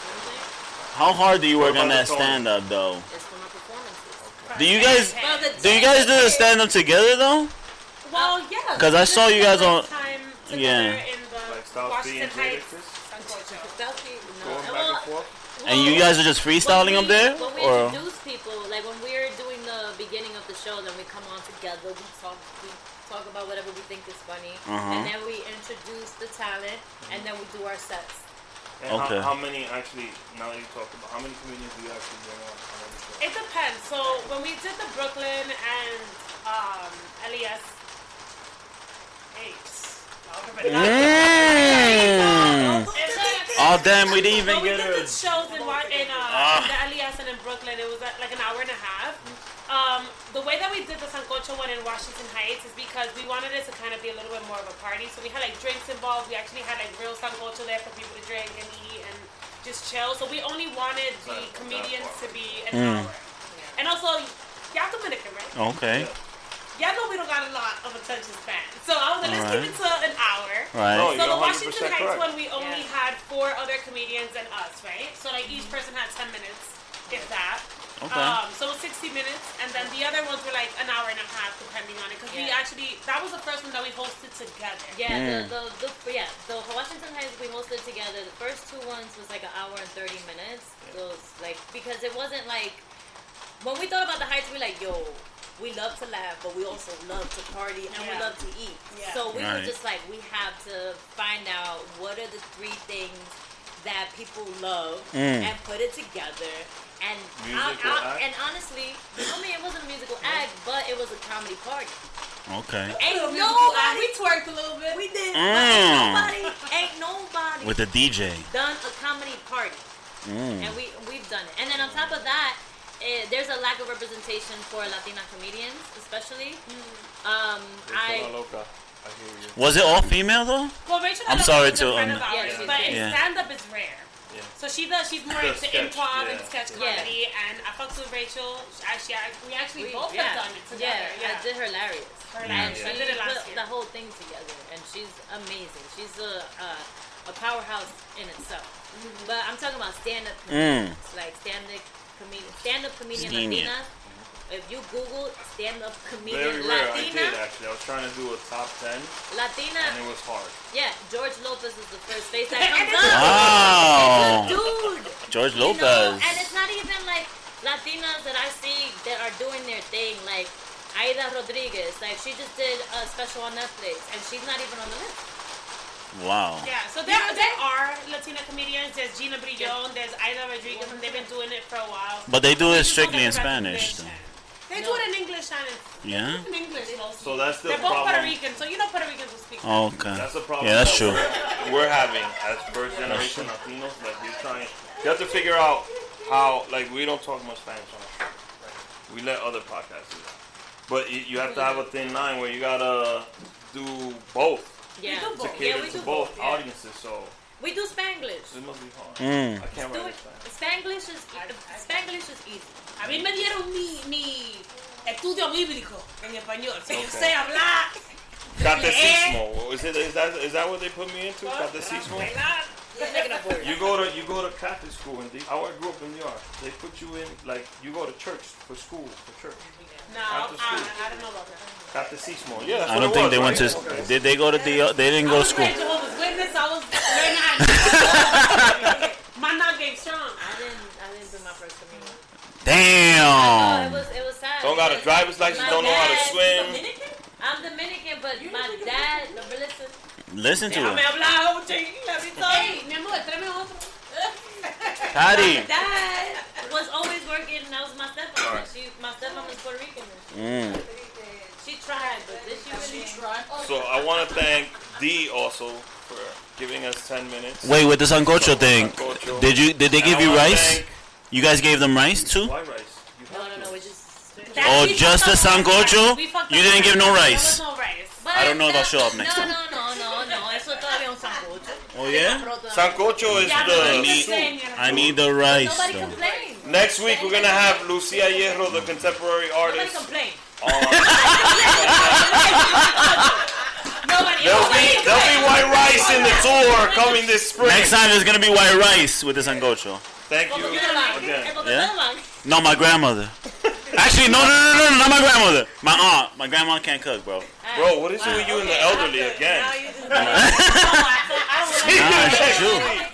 You know what I'm saying?
How hard do you
What
work on
about
that
the song?
stand up though?
It's for my performances.
Do you guys
Well, the
do you guys do the stand up together though?
Well, yeah.
'Cause I saw you guys on-
Time together
Yeah.
In the
Like South Beach
Washington
and
Heights.
Jadakiss,
Sancocho.
Selfie, no.
going back
Well,
and forth.
And you guys are just
When
freestyling up
we-
there,
When we
or
introduce people, like when we're doing the beginning of the show, then we come on together, we talk, we talk about whatever we think is funny,
Uh-huh.
and then we introduce the talent, and then we do our sets.
And how-
Okay.
how, many actually? Now that you talk about, how many comedians do you actually bring on? on every show?
It depends. So when we did the Brooklyn and um, Elias eight.
Mm. oh damn, we didn't even
But we
get
did
her.
the shows in, Wa- in, uh, in the Elias and in Brooklyn. It was uh, like an hour and a half. Um, the way that we did the Sancocho one in Washington Heights is because we wanted it to kind of be a little bit more of a party. So we had like drinks involved. We actually had like real Sancocho there for people to drink and eat and just chill. So we only wanted the comedians to be an
Mm. Oh.
hour. And also, y'all Dominican, right?
Okay,
Y'all know we don't got a lot of attention span. So I was like, let's keep
Alright.
it to an hour.
No,
right.
Oh, you're
So the
100%
Washington Heights
correct.
one, we only had four other comedians and us, right? So like each person had ten minutes, if that.
Okay.
Um, so it was sixty minutes, and then the other ones were like an hour and a half, depending on it, because we
Yeah.
actually that was the first one that we hosted together.
Yeah, the, the, the yeah, the Washington Heights we hosted together. The first two ones was like an hour and thirty minutes. Those like because it wasn't like when we thought about the Heights, we were like, yo, we love to laugh, but we also love to party and we
Yeah.
love to eat.
Yeah.
So we
Right.
were just like, we have to find out what are the three things that people love
Mm.
and put it together. And I,
Musical
I,
act?
and honestly, I mean, it wasn't a musical act, but it was a comedy party.
Okay,
Ain't
Little musical act.
nobody
we twerked a little bit.
we did.
Mm.
But ain't nobody, ain't nobody
with the DJ.
done a comedy party,
Mm.
and we we've done it. And then on top of that, eh, there's a lack of representation for Latina comedians, especially.
Mm.
Um,
Hey,
I
Loca, I hear you.
Was it all female though?
Well, Rachel,
I'm
Alonso
sorry
is
to-
a friend
um,
of ours,
Yeah.
but in
Yeah.
stand up is rare.
Yeah.
So she does. She's more
The
into
sketch,
improv and
yeah.
sketch
Yeah.
comedy, and I fucked with Rachel. I, she, I, we actually
we,
both
yeah,
have done it together.
yeah,
Yeah,
I did her Lariat.
Her
And
last
she
year. I did it
put
last [LAUGHS] year.
the whole thing together, and she's amazing. She's a uh, a, a powerhouse in itself. But I'm talking about stand-up
Mm.
comedians, like stand-up comedian, stand-up comedian
Genius.
Latina. If you Google stand-up
Very
comedian
rare. I
Latina,
did actually. I was trying to do a top ten,
Latina,
and it was hard.
Yeah, George Lopez is the first face
[LAUGHS]
that comes up.
Wow.
It's a dude.
George
you know?
Oh. Lopez.
And it's not even like Latinas that I see that are doing their thing, like Aida Rodriguez. Like she just did a special on Netflix, and she's not even on the list.
Wow.
Yeah, so there, there are Latina comedians. There's Gina Brillon, there's Aida Rodriguez, and they've been doing it for a while.
But they do it
We just
strictly in
want that
Spanish.
representation. They do it in English and it's
Yeah.
in English mostly.
So that's the
They're both
problem.
Puerto Rican, so you know Puerto Ricans will speak.
Oh, okay.
That's the problem.
Yeah, that's
that
true.
We're, we're having as first generation Latinos, like we're trying. You have to figure out how. Like we don't talk much Spanish on the show. We let other podcasts do that, but you, you have to have a thin line where you gotta do both
We
Yeah.
do
to
both.
cater
yeah, we
to
do
both
yeah.
audiences. So
We do Spanglish.
it must be hard.
Mm.
I can't
Do
remember.
it. Spanglish is e, Spanglish is easy.
A mí me dieron mi, mi estudio bíblico en español. So
Okay.
yo sé hablar.
Catecismo. Is it? Is that? Is that what they put me into? Catecismo.
¿verdad?
You go to you go to Catholic school and they, I grew up in New York. They put you in like you go to church for school for church.
No,
After school.
I, I don't know about that.
Catecismo. Yeah, that's
I
what
don't
it
think
was,
they went
right?
to.
Okay.
Did they go to the? They didn't go to school.
I was Jehovah's Witness. I was
[LAUGHS]
learning how to- My not game strong.
I didn't I didn't do my first communion. No, Oh, it
Damn.
was it was sad.
Don't got a
because
driver's license.
my
Don't know how to
dad-
swim.
I'm Dominican, but my dad. No, but listen.
Listen to
Déjame
her.
hablar, OJ.
Hey,
Así estoy.
mi amor, tráeme otro.
Patty.
My dad was always working, and that was my stepmom.
Alright.
She, my stepmom is Puerto Rican. and
Mm.
She tried, but did she really?
So I want to thank Dee also for giving us ten minutes.
Wait, with the sancocho thing,
Sancocho.
did you? Did they
And I
give you
wanna
rice?
thank-
You guys gave them rice too?
Why rice? You
No,
have
no,
to.
no. It's just.
That-
Oh,
we
just
fucked
the
up on
sancocho?
rice. We fucked
You
up
didn't
on
give no rice.
There was no rice.
But
I don't know if I'll show up next
no,
time.
No, no, no, no, Eso es todavía un sancocho.
Oh yeah.
Sancocho is
Ya,
I
no,
the.
need.
just saying, you know.
I need the rice.
Nobody
Though.
complained.
Next week we're gonna have Lucia Hierro, the contemporary
Nobody
artist.
complained.
on-
Nobody.
There'll be there'll be white rice in the tour coming this spring.
Next time there's gonna be white rice with the sancocho.
Thank you
Eh,
again.
porque
Yeah?
no van.
No, my grandmother. Actually, no, no, no, no, no, not my grandmother. My aunt. My grandma can't cook, bro.
Bro, what is it with you and the elderly again?
No, I, I don't
Nah,
like
it's
that.
[LAUGHS]
true.